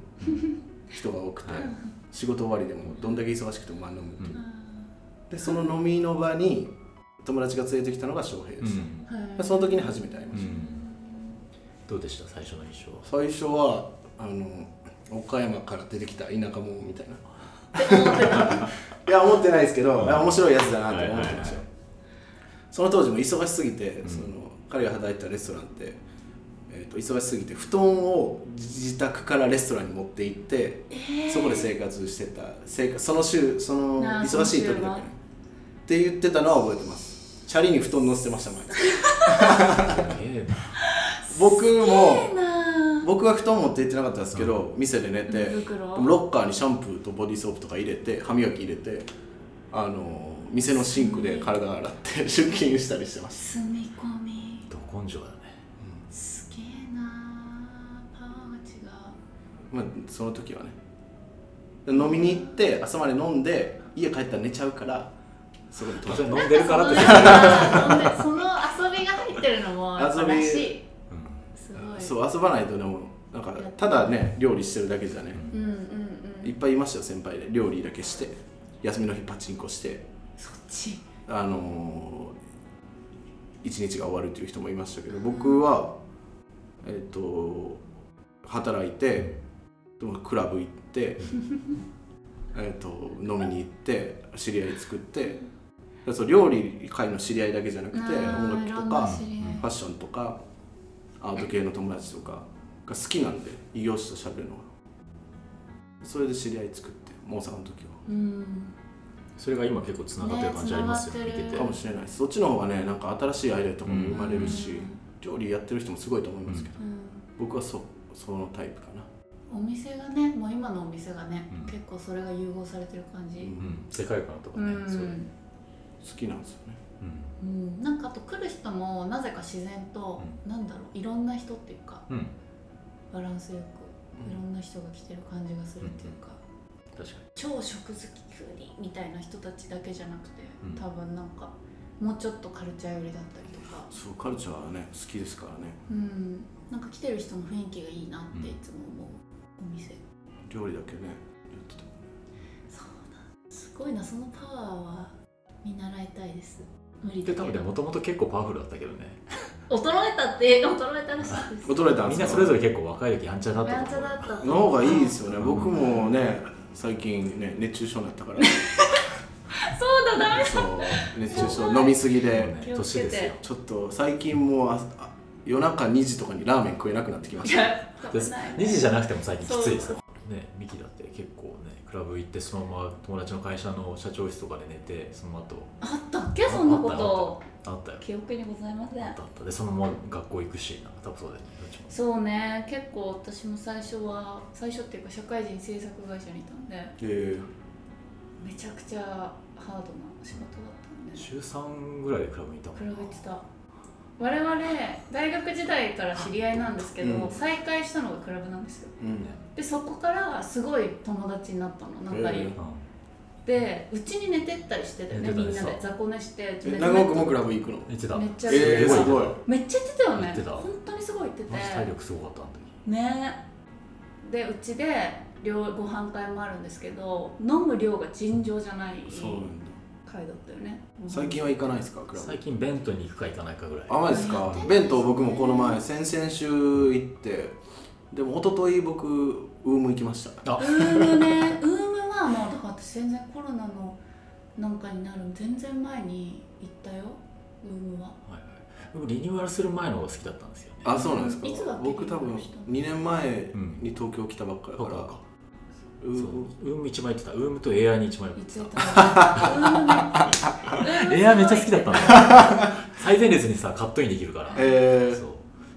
人が多くてはい仕事終わりでもどんだけ忙しくてもまあ飲むっていう、うんでその飲みの場に友達が連れてきたのが翔平です、でその時に初めて会いまうした、んどうでした最初の印象は最初はあの岡山から出てきた田舎者みたいなって思ってたいや思ってないですけど、うんいや面白いやつだなって思ってはいはましたよ、いはいその当時も忙しすぎて、んその彼が働いてたレストランって、えー、と忙しすぎて布団を自宅からレストランに持って行って、そこで生活してた生活その週そのあー忙しい時だそのけ週ねはって言ってたのは覚えてますチャリに布団乗せてました毎日 ええ僕いいもなぁ僕は布団持って行ってなかったんですけど、店で寝て寝袋でもロッカーにシャンプーとボディーソープとか入れて歯磨き入れてあの店のシンクで体洗って 出勤したりしてまし住み込みど根性だねすげえなぁパワーが違うた、まあ、その時はねで飲みに行って朝まで飲んで家帰ったら寝ちゃうからそこで当然泊まっ飲んでるからってなんかそのその遊びが入ってるのもやっぱらしいすごていそう遊ばないとでもなんかただね料理してるだけじゃね、うんうんういんっぱいいましたよ先輩で料理だけして休みの日パチンコしてそっちあのー一日が終わるっていう人もいましたけど僕はえっ、と働いてでもクラブ行って えっと飲みに行って知り合い作ってだからそう料理界の知り合いだけじゃなくてあー音い楽ろとんなか知り合いファッションとかアート系の友達とかが好きなんで異業種と喋るのがそれで知り合い作ってモーさんの時は。うんそれが今結構つながってる感じありますよねね見ててかもしれないですそっちの方がねなんか新しいアイデアとかも生まれるし、うん料理やってる人もすごいと思いますけど、うん僕はそそのタイプかな、お店がねもう今のお店がね、うん結構それが融合されてる感うじ、うんん世界観とかうね、んそうういうん好きなんですよねなんかあと来る人もなぜか自然と、なんだろういろんな人っていうかうん、うん、バランスよくうんいろんな人が来てる感じがするっていうか、確かに超食好ききゅうりみたいな人たちだけじゃなくて、うん多分なんかもうちょっとカルチャー寄りだったりとか、そうカルチャーはね好きですからねうん、なんか来てる人の雰囲気がいいなっていつも思う、お店料理だけねやっててもそうなんすごいなそのパワーは見習いたいです無理だでけ多分ねどもともと結構パワフルだったけどね衰えたって衰えたらしいです衰えたんみですんかなそれぞれ結構若い時やんちゃだったやんとちゃ思うだったの方がいいですよねうん僕もね最近ね熱中症になったからそうだ ダメそう熱中症飲みすぎもうでね気をつ年けてですよちょっと最近もうああ夜中2時とかにラーメン食えなくなってきまいしたやで食べない2時じゃなくても最近きついですよねミキだって結構ねクラブ行ってそのまま友達の会社の社長室とかで寝てその後あったっけそんなことあったよ記憶にございませんだったでそのまま学校行くしなんか多分そうだよねどっちもそうね結構私も最初は最初っていうか社会人制作会社にいたんでえめちゃくちゃハードな仕事だったんで週3ぐらいでクラブにいたも比んべてた我々大学時代から知り合いなんですけど、うん再会したのがクラブなんですよーうんでそこからすごい友達になったの仲いい、でうちに寝てったりしてたよね寝てみたんねなでそう雑魚寝してうちえ寝て長岡もクラブ行くの行ってためっちゃえー、すごいめっちゃ言ってたよ言ねってた本当にすごい言っててマジ体力すごかったあの時ねでうちで料ご飯会もあるんですけど飲む量が尋常じゃないそうなんだ会だったよね最近は行かないですかクラブ最近ベントに行くか行かないかぐらいあマジですか何やってんの弁当僕もこの前先々週行ってでも一昨日僕ウーム行きましたウームねウームはもうだから私全然コロナのなんかになる全然前に行ったよウームははいはい、僕リニューアルする前の方が好きだったんですよねあそうなんですかいつだっけ僕多分2年前うんに東京来たばっかだから、そうかウそーうムウーム一枚行ってたウームとエアーに一枚行いっつて行ったたのウームねエアーめっちゃ好きだったんだよ最前列にさカットインできるから、えー、そう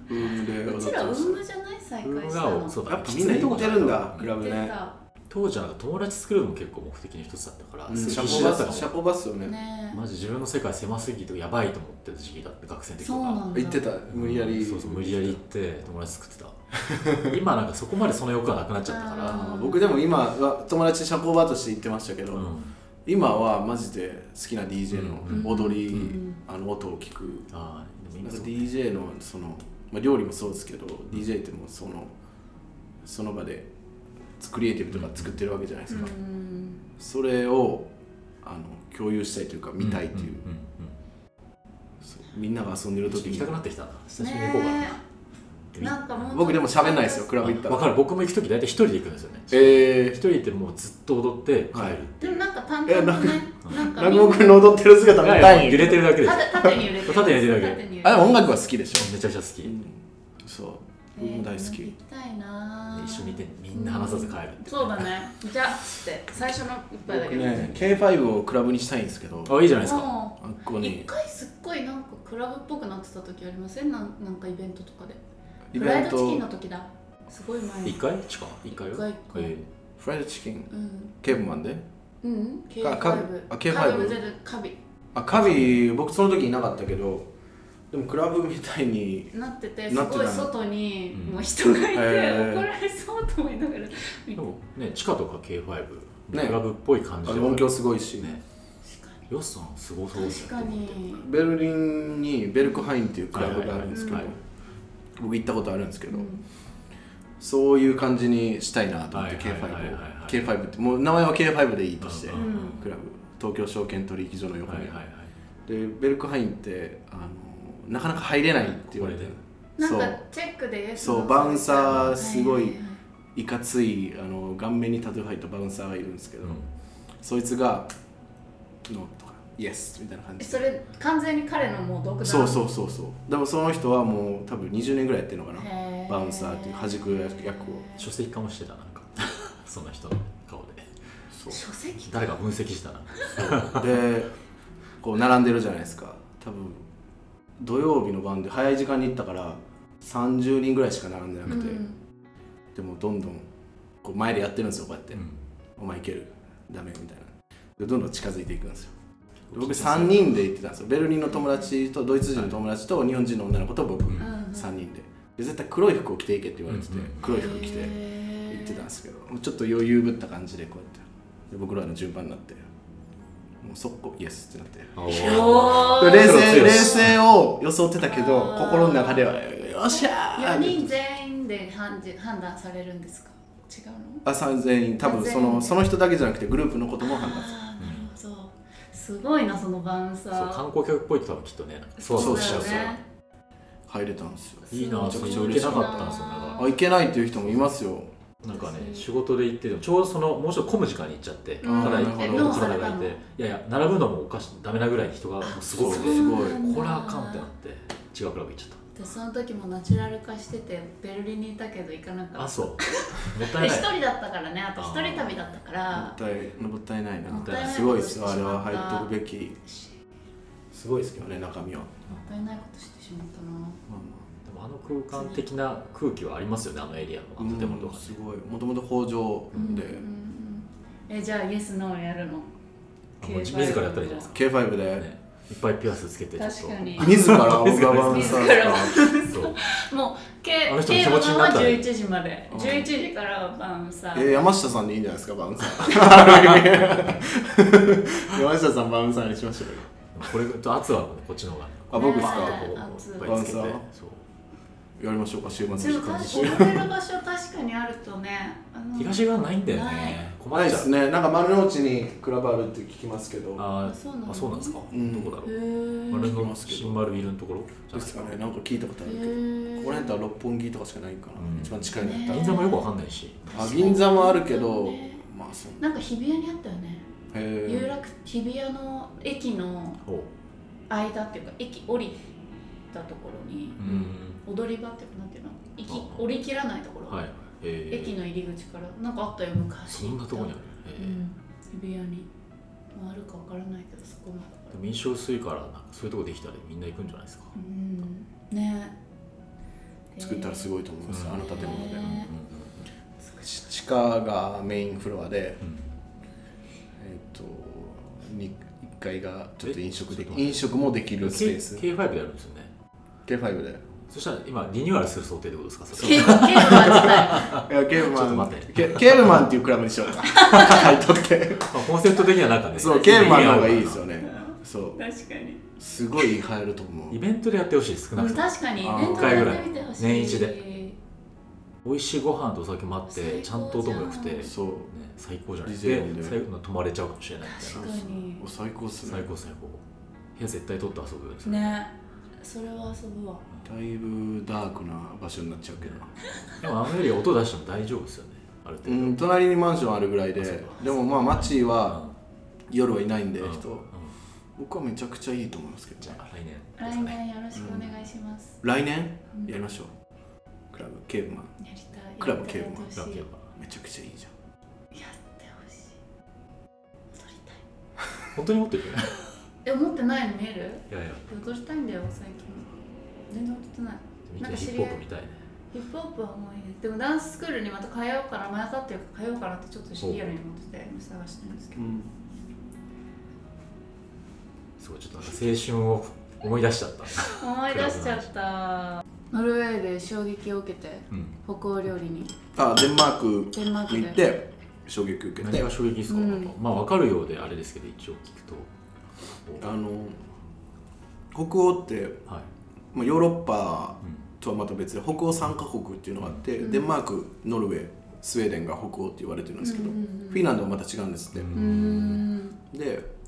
ウームでう踊っちてらウまーしムじゃない再ウー会ムしたのがそうただやっぱみんな行ってるんだクラブね行当時はなんか友達作るのも結構目的の一つだったから、うんすシごャいコ必死だバったスシャかコバスよってたねねもマジ自分の世界狭すぎてやばいと思ってた時期だって学生の時そとかうなんだ行ってた無理やりそうそう無理やり行って友達作ってた 今なんかそこまでその欲はなくなっちゃったかあー僕でも今は友達社交場として行ってましたけら、ど、うん、今はマジで好きな DJ の踊り、うんあの音を聞くあーでも今なんかそう DJ のその、まあ、料理もそうですけど、DJ ってもうそのその場でクリエイティブとか作ってるわけじゃないですか、うんそれをあの共有したいというか見たいという,、んんんうんそうみんなが遊んでるちょっと時行きにたくなってきたな久しぶりに行こうかなねえなんかもう僕でも喋んないですよクラブ行ったわかる僕も行く時大体一人で行くんですよね一え人ってもうずっと踊って帰る、はいでもなんか淡々とねなんかー、み南んな郷君の踊ってる姿見いたやい揺れてるだけです縦縦に揺れてる縦に揺れてるだけ縦に揺れてあでも音楽は好きでしょ、めちゃくちゃ好き、そう僕も大え好ー行ききたいな一緒にいてみんな話さず帰るって、そうだねじゃあって最初の一杯だ僕けどもね K5 をクラブにしたいんですけどあいいじゃないですかうあっこ一に回すっごいなんかクラブっぽくなってた時ありませんなんなんかイベントとかでイフベランイドチキントの時だすごい前一回しか一回よ一回一回えフライドチキンうんケーブマンでうんか K5 かあ K5 カビあカビ僕その時いなかったけどでもクラブみたいになっててすなってたごのい外にうんもう人がいて怒へーられそうと思いながらーでもね地下とか K5 ねクラブっぽい感じあでの音響すごいし、ねヨッソンすごそう確かにベルリンにベルクハインっていうクラブがあるんですけど、はいはいは僕行ったことあるんですけうど、んそういう感じにしたいなと思ってはい K5 を、はいはいはいはい K5 ってもう名前は K5 でいいとして、うんクラブ東京証券取引所の横はいに、はいはいでベルクハインってあのなかなか入れないって言われてこなんそうかチェックでそうのバウンサーすごいははいかついあの顔面にタトゥー入ったバウンサーがいるんですけど、そいつが「ノー」とか「イエス」みたいな感えじそれ完全に彼のもう独断そううそうそうそうでもその人はもう多分20年ぐらいやってるのかなバウンサーっていう弾く役を書籍化もしてたなんか その人の顔でそう書籍誰か分析したなでこう並んでるじゃないですか多分土曜日の晩で早い時間に行ったから30人ぐらいしか並んでなくて、うんでもどんどんこう前でやってるんですよこうやって「うんお前いけるダメ」みたいなでどんどん近づいていくんですよで僕3人で行ってたんですよベルリンの友達とドイツ人の友達と日本人の女の子と僕うんうんうん3人でで絶対黒い服を着ていけって言われててうんうん黒い服着てへー行ってたんですけどちょっと余裕ぶった感じでこうやってで僕らの順番になってもう速攻イエスってなっておおー冷静強冷し静を装ってたけどあー心の中ではよっしゃ4人ー全員で判じ判断されるんですか違うのあさん全員多分そ全の員その人だけじゃなくてグループのことも判断するああーなるほどすごいなそのバウンサそうー観光客っぽいって多分きっとねそうそうそうだよね入れたんですよいいなめちゃくちゃ行嬉けしかなっかたったんですよねだかあいけないっていう人もいますよらなんかね仕事で行ってでもちょうどそのもうちょっと混む時間に行っちゃってんかなりなるほど僕の体がいどうさてれいやいや並ぶのもおかしダメなぐらい人がもうすごいそのうでですごいこれあかんってなって違うクラブ行っちゃったでその時もナチュラル化しててベルリンにいたけど行かなかったあ そうもったでいな一い人だったからねあと一人旅だったかもらったいもったいないもなったいないすごいですよあれは入っとくべきしすごいですけどね中身は、もったいないことしてしまったなまでもああまの空間的な空気はありますよねあのエリアのああの建物とうんかすごいもともと北条で、うんうんうんえじゃあイエスノーやるのあもう自自らやったらいいじゃないですか K5 で、ねいっぱいピアスつけてちょっと確かに 自ら小川アナウンサーですかそうもうあけの人の敬気語持ちのにまなっまたらいい11時までうん11時からはバウンサえーー、山下さんでいいんじゃないですかバウンサ ー山下さんバウンサーにしましょうよこれと圧はこっちの方があ僕ですバかーッとこういっぱいつけてバウンサーそうやりましょうか週末でもの確時間にかに踊れる場所確かにあるとねあの東側ないんだよないね困なっいちでゃうすねなんか丸の内にクラブあるって聞きますけどああそうなーのあそうなんですかうんどこだろへうー丸聞きのますけど新丸ビルのところじゃでないですすかかねなんか聞いたことあるけどへーこの辺だったら六本木とかしかないかな、うん一番近いのやったら、ね銀座もよくわかんないしあ銀座もあるけど、ねまあそうなんか日比谷にあったよね有へ楽日比谷の駅のおう間っていうか駅降りたところにうん踊り場っていうかなんていうの行きあ降り切らないところ、はいえー駅の入り口からなんかあったよ昔そんなとこにあるえうーん、指輪に、まあ、あるかわからないけどそこまでだかでらも印象薄いからなんかそういうとこできたらみんな行くんじゃないですか、うんねえ作ったらすごいと思います、うんあの建物で、ねち地下がメインフロアでうんえっとに1階がちょっと飲食でえちょっと待って飲食もできうんるスペ K- ース K5 でやるんですよね K5 でそしたら今リニューアルする想定ってことですかそケれーブケーブルはいやケーブちょっとマン待ってケケーブマンっていうクラブにしようか買い取ってまあコンセプト的にはなんかね そうケーブマンの方がいいですよ自ね体 そう確かにすごい入ると思イうベントでやってほしい少なく確ともかにイベあーントでやってみてほしい一回ぐらい年一で美味しいご飯とお酒もあっ最高てちじゃゃんんと音も良くて、ね、そう最高じゃないですリゼロンかで最後の泊まれちゃうかもしれないみたいそなう確かにそう最高っすね最高最高部屋絶対取って遊ぶようですよねそれは遊ぶわだいぶダークな場所になっちゃうけどなでもあのエリア音出しても大丈夫ですよねある程う度、ん隣にマンションあるぐらいであそうかでもまあ街はあ夜はいないんでうん人うん僕はめちゃくちゃいいと思いますけどじゃねあ来来年ですか年ねよろしくお願いします、来年うんやりましょうクラブケーブマンやりたいクラブケーブやもってラほッしいキやーってはめちゃくちゃいいじゃんほしい踊りたい本当に持ってるよねえ思ってないの見えるいやいや踊りたいんだよ最近全然踊ってない見なんてかヒ知ッり合プいホップみたいねヒップホップはもういいですでもダンススクールにまた通おうかな前だっていうか通おうかなってちょっとシリアルに思ってて今探してるんですけどすごいちょっとなんか青春を思い出しちゃった、思い出しちゃったノルウェーで衝撃を受けてうん、北欧料理にあデンマークデンマークで行って衝撃受け何てが衝撃ですか、うんまあ分かるようであれですけど一応聞くとあの北欧って、はい、まあ、ヨーロッパうんとはまた別で北欧3カ国っていうのがあって、うんデンマークノルウェースウェーデンが北欧って言われてるんですけど、うんうんうんフィンランドはまた違うんですって、ううーんで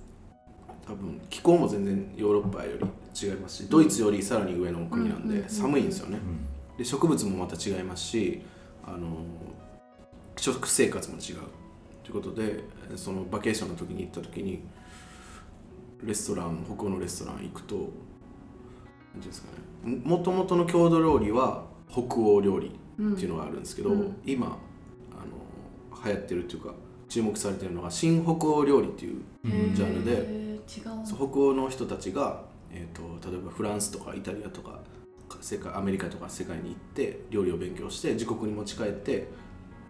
多分気候も全然ヨーロッパより違いますしドイツよりさらに上の国なうんんうんうんうでん寒いんですよねうんで植物もまた違いますしあの食生活も違うということでそのバケーションの時に行った時にレストラン北欧のレストラン行くと何ていうんですかねもともとの郷土料理は北欧料理うんっていうのがあるんですけど、うん今あの流行ってるというか注目されてるのが新北欧料理っていううんジャンルでへー違うんだそう北欧の人たちが、えー、と例えばフランスとかイタリアとか世界アメリカとか世界に行って料理を勉強して自国に持ち帰って、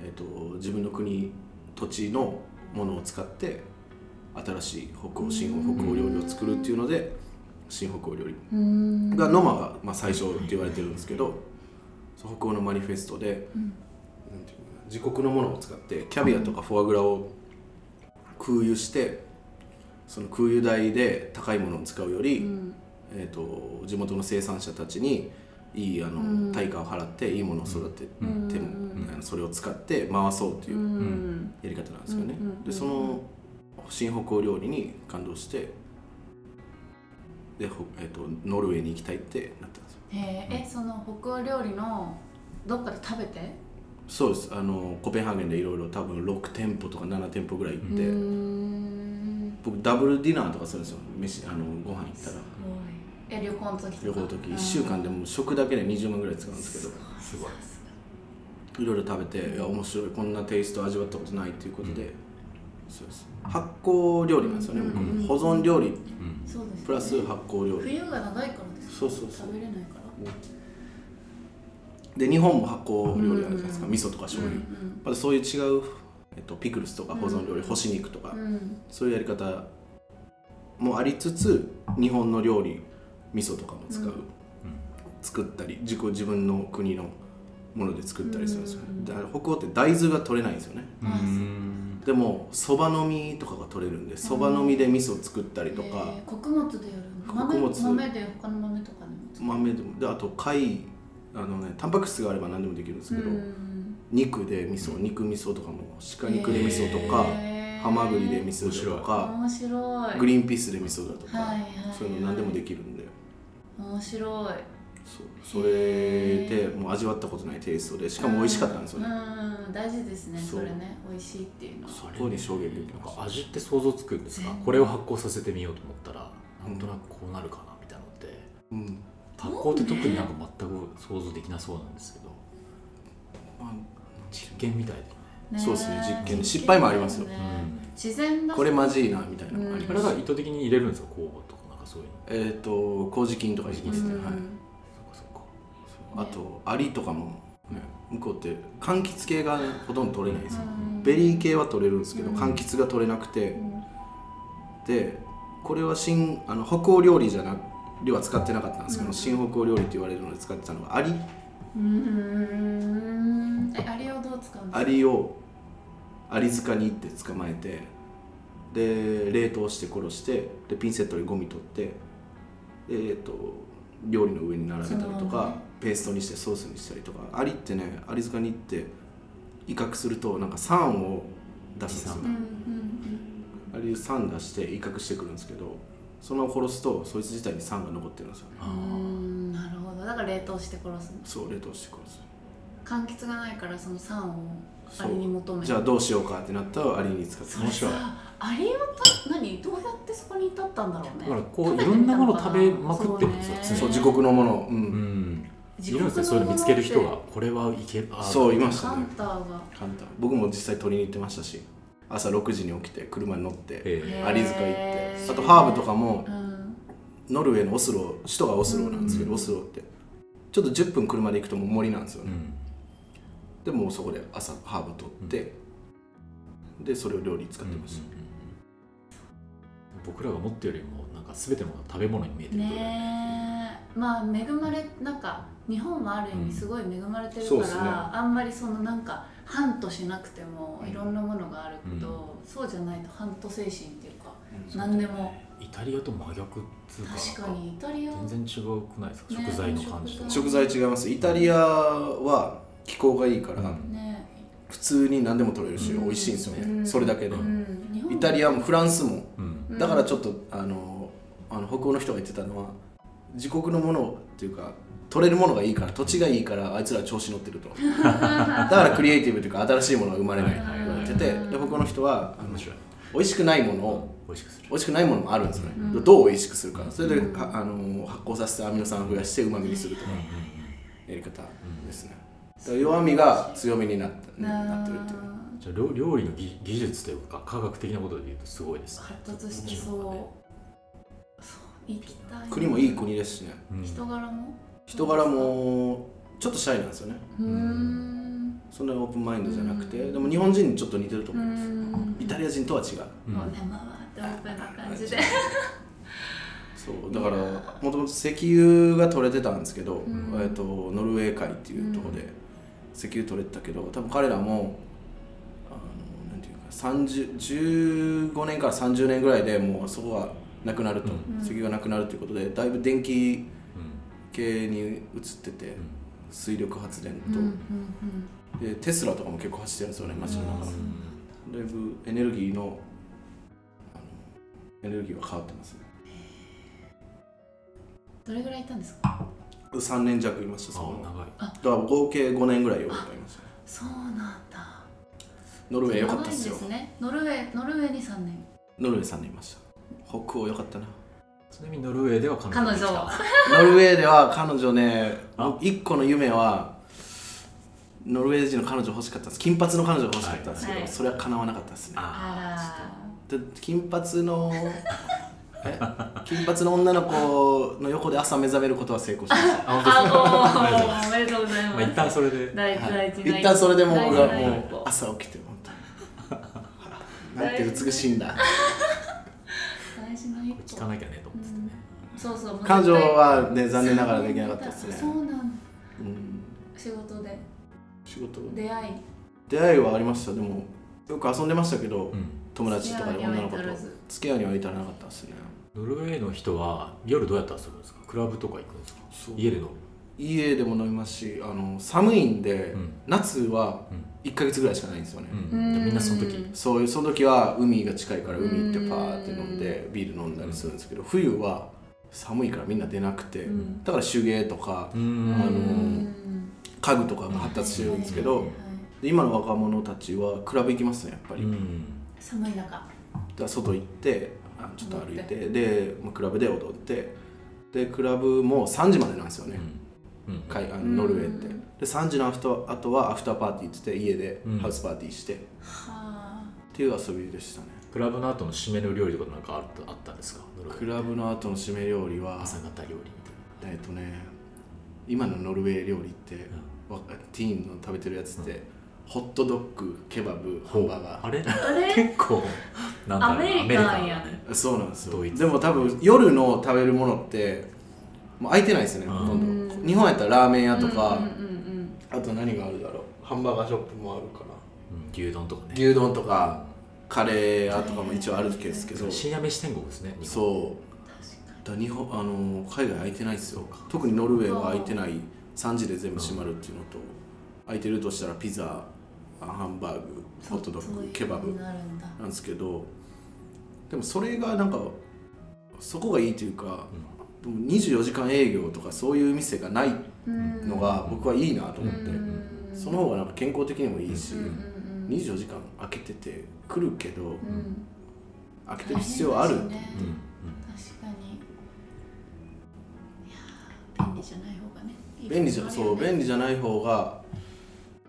えー、と自分の国土地のものを使って新しい北欧新北欧料理を作るっていうので新北欧料理うーんがノマが、まあ、最初って言われてるんですけどそう北欧のマニフェストでうんなんていうのかな自国のものを使ってキャビアとかフォアグラを空輸してその空輸代で高いものを使うより、うんえー、と地元の生産者たちにいいあの、うん対価を払っていいものを育てううんんても、あのそれを使って回そうとういうんやり方なんですよね。うんうんうんでその新北欧料理に感動してで、ほえー、とノルウェーに行きたいってなったんですよ。へーえその北欧料理のどっかで食べてそうですあのコペンハーゲンでいろいろ多分6店舗とか7店舗ぐらい行って、うーん僕ダブルディナーとかするんですよ飯あのご飯行ったらえ旅行の時とか旅行の時1週間でもう食だけで20万ぐらい使うんですけすごいどいろいろ食べていや面白いこんなテイスト味わったことないっていうことで、そうです発酵料理なんですよね、うん僕の保存料理うんそうですねプラス発酵料理冬が長いからですかそうそうそう食べれないからで日本も発酵料理あるじゃないですか、うん味噌とか醤油、うんまたそういう違う、えっと、ピクルスとか保存料理、うん干し肉とか、うんうんそういうやり方もありつつ日本の料理味噌とかも使う、うん作ったり自己自分の国のもので作ったりするんですよ、うんだから北欧って大豆が取れないんですよねうんうんでもそばの実とかが取れるんでそばの実で味噌作ったりとかえー穀物でやるの穀物豆豆で他の豆とかでも作る豆でもであと貝あのねタンパク質があれば何でもできるんですけど、うん肉で味噌肉味噌とかも鹿肉で味噌とか、へーハマグリで味噌だとか面白いグリーンピースで味噌だとか、はいはいはいそういうの何でもできるんで。面白いそうそれでもう味わったことないテイストでしかも美味しかったんですよね、うんうん大事ですねそそうれね美味しいっていうのはそこに衝撃受けなんましかた味って想像つくんですか全然これを発酵させてみようと思ったらなんとなくこうなるかなみたいなのってうん発酵って特になんか全く想像できなそうなんですけどま実験みたいでね、あそうですね実験で失敗もありますよ、ねうん自然だこれマジいなみたいなのがありこまれす、が意図的に入れるんですよ酵母とかなんかそういうのえっ、と麹菌とか入れてて、うんはい、そっかそっかあとアリとかも、ね、向こうって柑橘系がほとんど取れないんですよ、うんベリー系は取れるんですけどうん柑橘が取れなくてうんでこれは新あの北欧料理じゃなでは使ってなかったんですけど、うん新北欧料理って言われるので使ってたのがアリうんえアリをどう使うんですかアリをアリ塚に行って捕まえてで冷凍して殺してでピンセットでゴミ取ってでえっと料理の上に並べたりそとのまか、まねペーストにしてソースにしたりとかアリってねアリ塚に行って威嚇するとなんか酸を出すんうでんうすよんアリ酸出して威嚇してくるんですけどその殺すとそいつ自体に酸が残ってるんですよねうんうんなるほどだから冷凍して殺すのそう冷凍して殺す柑橘がないからその酸をそアうリに求めるじゃあどうしようかってなったらアリに使ってそれさアリをた何どうやってそこに至ったんだろうねだからこういろんなものを食べまくってるんですよ常にそう自国のものうんうんいるんですよそういうの見つける人がこれはいけあそういましたハねンターが簡単僕も実際取りに行ってましたし朝6時に起きて車に乗ってえアリ塚行ってへーあとハーブとかもうんノルウェーのオスロ首都がオスロなんですけうんどオスロってちょっと10分車で行くともう森なんですよえねでもうそこで朝ハーブ取ってでそれを料理に使ってました僕らが持ってるよりもなんか全てのものが食べ物に見えてるというかねえまあ恵まれなんか日本はある意味すごい恵まれてるから、うんそうですねあんまりそのなんかハントしなくてもいろんなものがあるけうど、そうじゃないとハント精神っていうか、うん何でもイタリアと真逆っつうか確かにイタリア全然違うくないですかね食材の感じとか食材違いますイタリアは気候がいいかうらんね普通に何でも取れるしうん美味しいんですようんねそれだけでうん日本イタリアもフランスもうんうんだからちょっとあのあの北欧の人が言ってたのは自国のものっていうか取れるものがいいから土地がいいからあいつら調子乗ってる とだからクリエイティブというか新しいものが生まれないって言われててで他の人はあの面白い美味しくないものを美味しくする美味しくないものもあるんですよね、うんどう美味しくするかそれで、はあの発酵させてアミノ酸を増やしてうまみにするとかやり方ですね、だから弱みが強みになったななってるっていうじゃあ料料理の技技術というか科学的なことで言うとすごいですね発達してそうそう行きたい国もいい国ですしねうん人柄も人柄もちょっとシャイなんですよねうーんそんなにオープンマインドじゃなくて、うんでも日本人にちょっと似てるとうー思うんです、んイタリア人とは違ううんもうね回ってオープンな感じでそうだからもともと石油が取れてたんですけど、んえっとノルウェー海っていうところで石油取れてたけど多分彼らもあのなんていうか30 15年から30年ぐらいでもうそこがなくなると、うん石油がなくなるということでだいぶ電気う系に移ってて、ん水力発電うんと、うんでテスラとかも結構走ってるんですよね街の中うだんいぶエネルギーのあのエネルギーは変わってますねどれぐらいいたんですか3年弱いましたそこあの長いだから合計5年ぐらいヨーロッパいましたねそうなんだノルウェー良かったっすよ長いんですねノルウェーノルウェーに3年ノルウェーさんでいました北欧良かったな ちなみにノルウェーでは彼女が来た彼女ノルウェーでは彼女ねあ一個の夢はノルウェー人の彼女欲しかったんです金髪の彼女が欲しかったんですけど、はいそれは叶わなかったですねあで金髪の え金髪の女の子の横で朝目覚めることは成功しましたーああ本もうおめでとうござい当まですすかまあ一旦それで大事はい大事一旦それでもう僕が大事もう朝起きて本当になんて美しいんだ大事な一歩聞かなきゃねと思っててねそうそうもう絶対彼女はね残念ながらできなかったですねそうなんうん仕事で仕事出会い出会いはありましたでもよく遊んでましたけど、うん友達とか付でき合いには女の子と至らず付き合いには至らなかったですねノルウェーの人は夜どうやって遊ぶんですかクラブとか行くんですか家で飲む家でも飲みますしあの寒いんで、うん夏はうん1か月ぐらいしかないんですよね、うんじゃあみんなその時そういうその時は海が近いから海行ってパーって飲んでビール飲んだりするんですけど冬は寒いからみんな出なくて、んだから手芸とかうんあの家具とかが発達してるんですけど、うんで今の若者たちはクラブ行きますねやっぱり、だか寒い中ら外行ってあちょっと歩いてで、まあ、クラブで踊ってでクラブも3時までなんですよね、うんかいあのうんノルウェーってで3時のあとあとはアフターパーティーって言って家でうんハウスパーティーして、っはていう遊びでしたねクラブの後の締めの料理とかなんかあったあったんですかノルウェークラブの後の締め料理は朝方料理みえっとね今のノルウェー料理ったていな、わティーンの食べてるやつって、ホットドッグケバブハほンうバーガあれああれ結構なんだろうアメリカンやんアメリーそうなんですドよイツでも多分夜の食べるものってもう空いてないですねうんほとんうどん日本やったらラーメン屋とか、うんうんうんあと何があるだろうハンバーガーショップもあるかなうん牛丼とかね牛丼とかカレー屋とかも一応あるんですけど深夜飯天国ですね日本そう確かだから日本あの海外空いてないですよ特にノルウェーは空いてない3時で全部閉まるっていうのと空いてるとしたらピザあハンバーグにホットドッそうグいうケバ風ブになるんだなんですけどでもそれがなんかそこがいいというか、でも24時間営業とかそういう店がないうんのが僕はいいなと思って、うんその方がなんか健康的にもいいし、うんうんうん24時間開けてて来るけど、うん開けてる必要ある大変ですねうん確かにいやー便利じゃない方がねいい便利じゃこともそうあるよね便利じゃない方が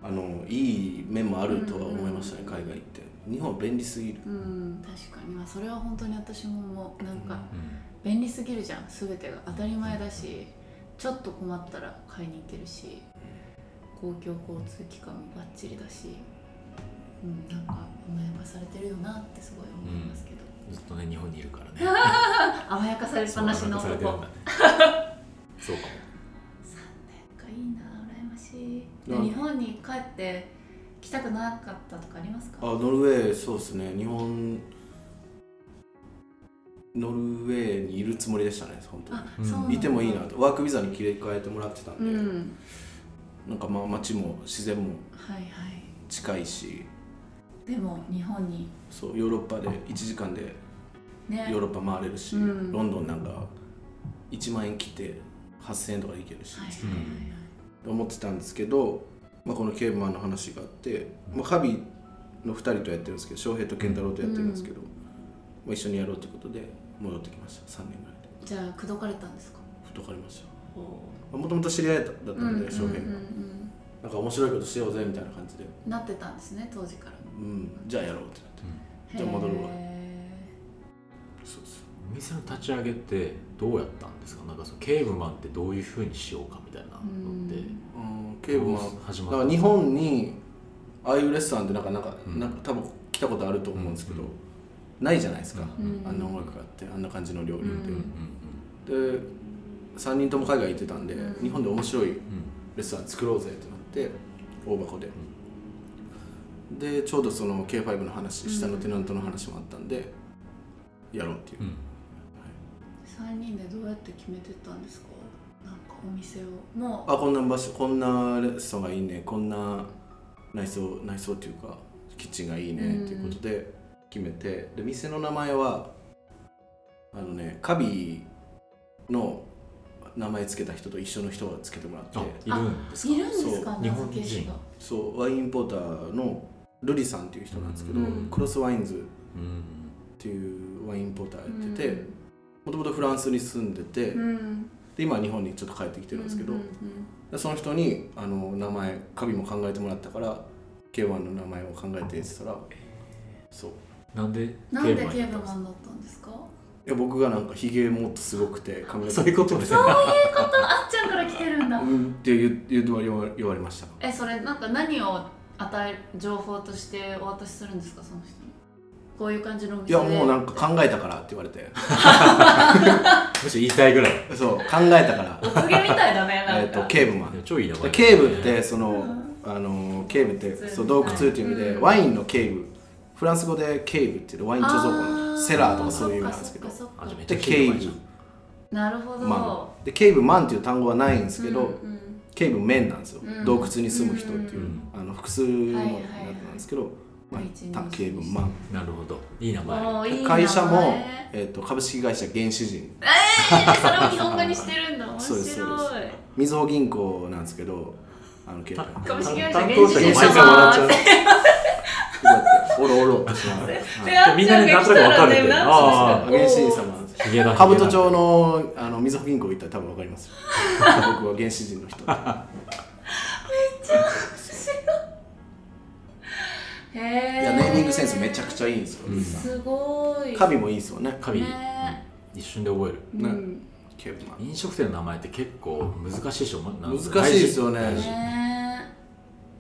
あのいい面もあるとは思いましたね、海外って日本は便利すぎるうん確かにまあそれは本当に私ももうなんかうんうん便利すぎるじゃん全てが当たり前だしちょっと困ったら買いに行けるし公共交通機関もバッチリだし、うん、なんか甘やかされてるよなってすごい思いますけど、ずっとね日本にいるから ね甘やかされっぱなしのそう男なんかされてるんなんかだね そうかもいいな羨ましいなで日本に帰って来たくなかったとかありますかあノルウェーそうですね日本ノルウェーにいるつもりでしたね本当あうんそうなんだにいてもいいなとワークビザに切り替えてもらってたんうで、んなんかまあ街も自然もはいはい近いしでも日本にそうヨーロッパで1時間でねヨーロッパ回れるし、うんロンドンなんか1万円切って8000円とかでいけるし、はいはい思ってたんですけど、まあ、このケーブマンの話があって、まあ、カビの2人とやってるんですけど翔平と健太郎とやってるんですけど、まあ、一緒にやろうということで戻ってきました3年ぐらいでじゃあ口説かれたんですか太かりましたおおもともと知り合いだったうんうんんうんうで翔平が、んなんか面白いことしようぜみたいな感じで、なってたんですね当時からうん、じゃあやろうってなってじゃあ戻るわへそうそお店の立ち上げってどうやったんですかなんかそのケーブマンってどういうふうにしようかみたいなのーうんってう、うん、ケーブマン始だまかっらた日本にああいうレストランってなんかなんか、うんなんか多分来たことあると思うんですけど、うんないじゃないですか、うんうんあんな音楽があってあんな感じの料理ううんんで3人とも海外行ってたんで、うん日本で面白いうんレストラン作ろうぜってなって大箱で、でちょうどその K5 の話下のテナントの話もあったんで、やろうっていううんう、ん3人でどうやって決めてったんですかなんかお店をもうあこんな場所こんなレストランがいいねこんな内装内装っていうかキッチンがいいねうんっていうことで決めて、で店の名前はあのねカビの名前つけた人と一緒の人がつけてもらってあいるんですかいるんですかそう名付け師がそうワインインポーターのルリさんっていう人なんですけど、うんクロスワインズっうんていうワインインポーターやっててもともとフランスに住んでて、うんうんで今は日本にちょっと帰ってきてるんですけど、うんうんでその人にあの名前カビも考えてもらったから K1 の名前を考えてって言ったらそういなんでなんでケケーーブブマンやったマんでンだったんですかや僕がなんかひげもっとすごくて髪すかそういうことですねあっちゃんから来てるんだうんって言う言う言わ言われました えそれなんか何を与え情報としてお渡しするんですかその人にこういう感じのおい店やでもうなんか考えたからって言われてむしろ言いたいぐらいそう考 えたからお告げみたいだねな えんっかとケーブマン超いい名前でケーブってそのんあのケーブってそう洞洞窟窟みいったていう意味でうんワインのケーブフランス語でケーブっていうワイン貯蔵庫あのーセラーとかそういう意味なんですけどそっかそあっじゃあかめっちでゃケいい名前じゃーんなるほど、ブマンでケーブマンっていう単語はないんですけど、うんうんケーブメンなんですよ、うん洞窟に住む人っていう、うんあの複数のはいはい役はいなんですけど、まあ一、た二ケーブマンなるほどいい名前おーいい名前会社もえ、えー、と株式会社原始人ー、 それを日本語にしてるんだ面 そうですそう白いみずほ銀行なんですけどあのケーブた株式会社担当者原が始人毎が回笑っ笑っちちゃゃううこうやっておろおろってしまう、 はい、であっみんちゃなんでがなん来とたなくら分かねれてなんつああう原始人様なんですよヒゲだ兜町のあのみずほ銀行行ったら多分わか りますよ僕は原始人の人でへえいやネーミングセンスめちゃくちゃいいんですよ、うんみんなすごいカビもいいですよね神、ねうん一瞬で覚えるうねんケーブマン飲食店の名前って結構難しいでしょ難難しいですよねね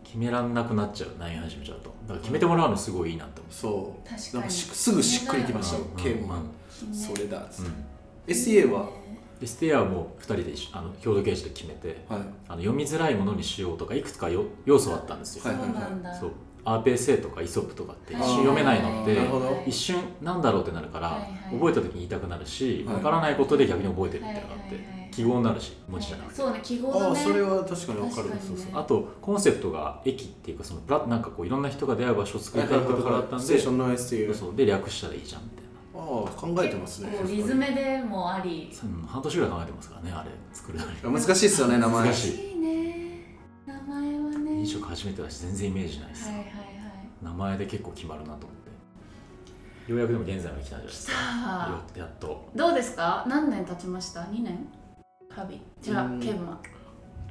決めらんなくなっちゃう何始めちゃうとだから決めてもらうのすごいいいなと思そう確かになんかしすぐしっくりきましたようんケーブマンうんそれだっつう、っうてん、 SEA は、でステアも2人で一緒あの共同経営して決めてはい、あの読みづらいものにしようとかいくつかよ要素あったんですよ、そはういなんだそう RPSA とか ISOP とかって一はい瞬読めないのっあーなてるほど一瞬なんだろうってなるから、はいはい覚えた時に言いたくなるしはいわからないことで逆に覚えてるみたいなのがあって、はいはいはい記号になるし文字じゃなくて、そうね記号だあねあそれは確かに分かる確かにねあとコンセプトが駅っていうかそのプラなんかこういろんな人が出会う場所を作はりいたいはいとからだったんスで、テーションの SEA そうそうで略したらいいじゃんみたいなああ考えてますねこうリズムでもありそううん半年ぐらい考えてますからねあれ作るのに難しいですよね名前難しいいね名前はね飲食始めてたし全然イメージないです、はいはいはい名前で結構決まるなと思ってようやくでも現在まで来たんじゃないですさかよあやっとどうですか何年経ちました2年旅じゃあうんケブマン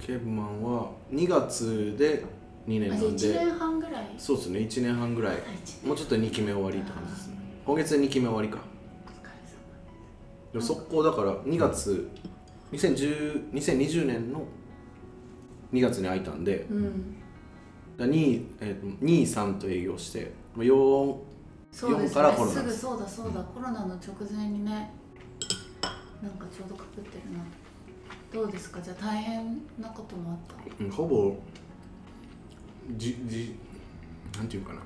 ケーブマンは2月で2年あなじゃあ1んで年半ぐらいそうですね1年半ぐらいあ一もうちょっと2期目終わりって感じですね今月で2期目終わりかお疲れ様でも速攻だから2月2010 2020年の2月に開いたんでうん23、えーと、23と営業してまあ4そうですからコロねナすぐそうだそうだコロナの直前にねなんかちょうどかぶってるなどうですかじゃあ大変なこともあったうんほぼじじなんていうかな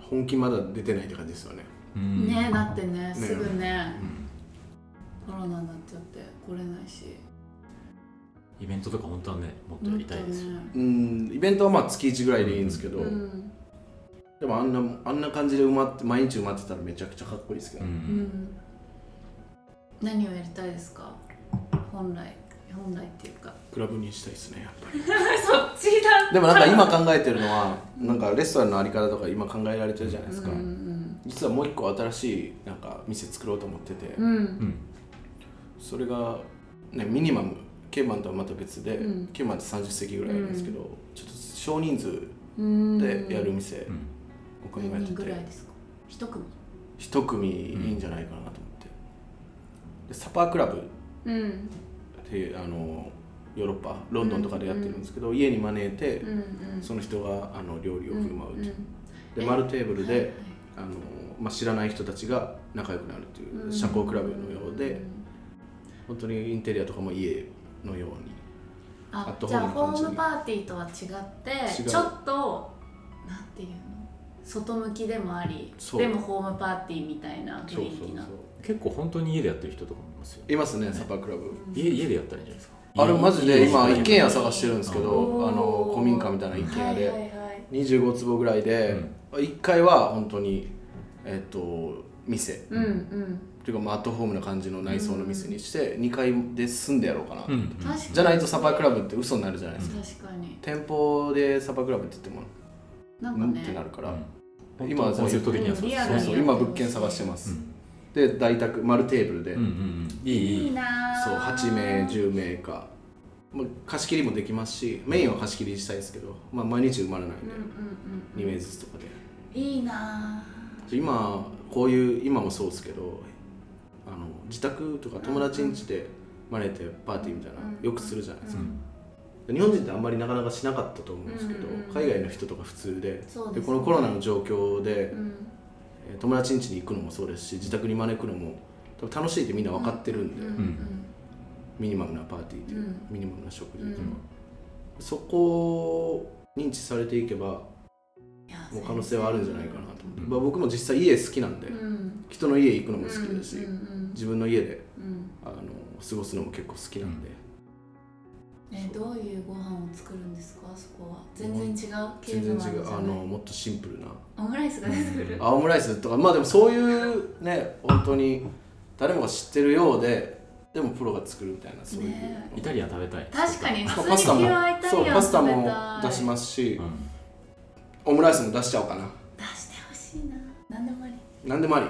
本気まだ出てないって感じですよねうんねえだってねねすぐねうコんロナになっちゃって来れないしイベントとか本当はねもっとやりたいですよ、もっうんイベントはまあ月1ぐらいでいいんですけど、とねうんでもあんなあんな感じで埋まって毎日埋まってたらめちゃくちゃかっこいいですけど、ううんん何をやりたいですか本来本来っていうかクラブにしたいですねやっぱ りそっちだでもなんか今考えてるのはなんかレストランのあり方とか今考えられてるじゃないですか、うんうん実はもう一個新しいなんか店作ろうと思ってて、うんうんそれが、ね、ミニマムケンマンとはまた別で、うんケンマンって30席ぐらいあるんですけど、ちょっと少人数うんでやる店うんを考え何て人ぐらいてですか一組一組いいんじゃないかなと思って、でサパークラブっうんていうあのヨーロッパロンドンとかでやってるんですけど、家に招いて、うんうんその人があの料理を振る舞うと、んんでえ丸テーブルはいはでい、あのまあ、知らない人たちが仲良くなるという、うん社交クラブのようで、本当にインテリアとかも家のようにアあットじゃあホホームな感じにームパーティーとは違って違うちょっとなんていうの外向きでもありそうでもホームパーティーみたいな雰囲気な結構本当に家でやってる人とかもいますよいますねサパークラブ、家家でやったらいいんじゃないですかあれマジで今家一軒家探してるんですけおどーあの古民家みたいな一軒家はいではいはい25坪ぐらいで1階は本当にえっと店うんうんっていうかまあアットホームな感じの内装の店にして2階で住んでやろうかなうんうん確かにじゃないとサパークラブって嘘になるじゃないですか確かに店舗でサパークラブって言ってもなんうかんってなねるからうん今はコンセプト的にはそうリでアすルそうにそう今物件探してますうで大宅丸テーブルでんうんうんいいいいいいなそう8名十10名か、まあ、貸し切りもできますしメインは貸し切りしたいですけど、まあ、毎日埋まらないんうんで、うん2うん名ずつとかでいいな今こういう今もそうですけどあの自宅とか友達ん家で招いてパーティーみたいなうんよくするじゃないですうか、ん日本人ってあんまりなかなかしなかったと思うんですけど、うんうんうん海外の人とか普通でそうですでねこのコロナの状況で、うんえー友達ん家に行くのもそうですし自宅に招くのも多分楽しいってみんな分かってるんで、うミニマムなパーティーという、うんミニマムな食う事といんうか、そこを認知されていけばいやもう可能性はあるんじゃないかなと思って、うんまあ、僕も実際家好きなんで、うん人の家行くのも好きだし、うんうん自分の家でうんうんあの過ごすのも結構好きなんで、えどういうご飯を作るんですかそこは全然違う系全然違のうもあるじゃのないもっとシンプルなオムライスが出てくるあオムライスとかまあでもそういうね本当に誰もが知ってるようででもプロが作るみたいなそういう、ねイタリアン食べたい確かにまあ普パスタ通もにキはイタそうリアンパスタ食べもたい出しますし、うんオムライスも出しちゃおうかな出してほしいな何でもあり何でもあり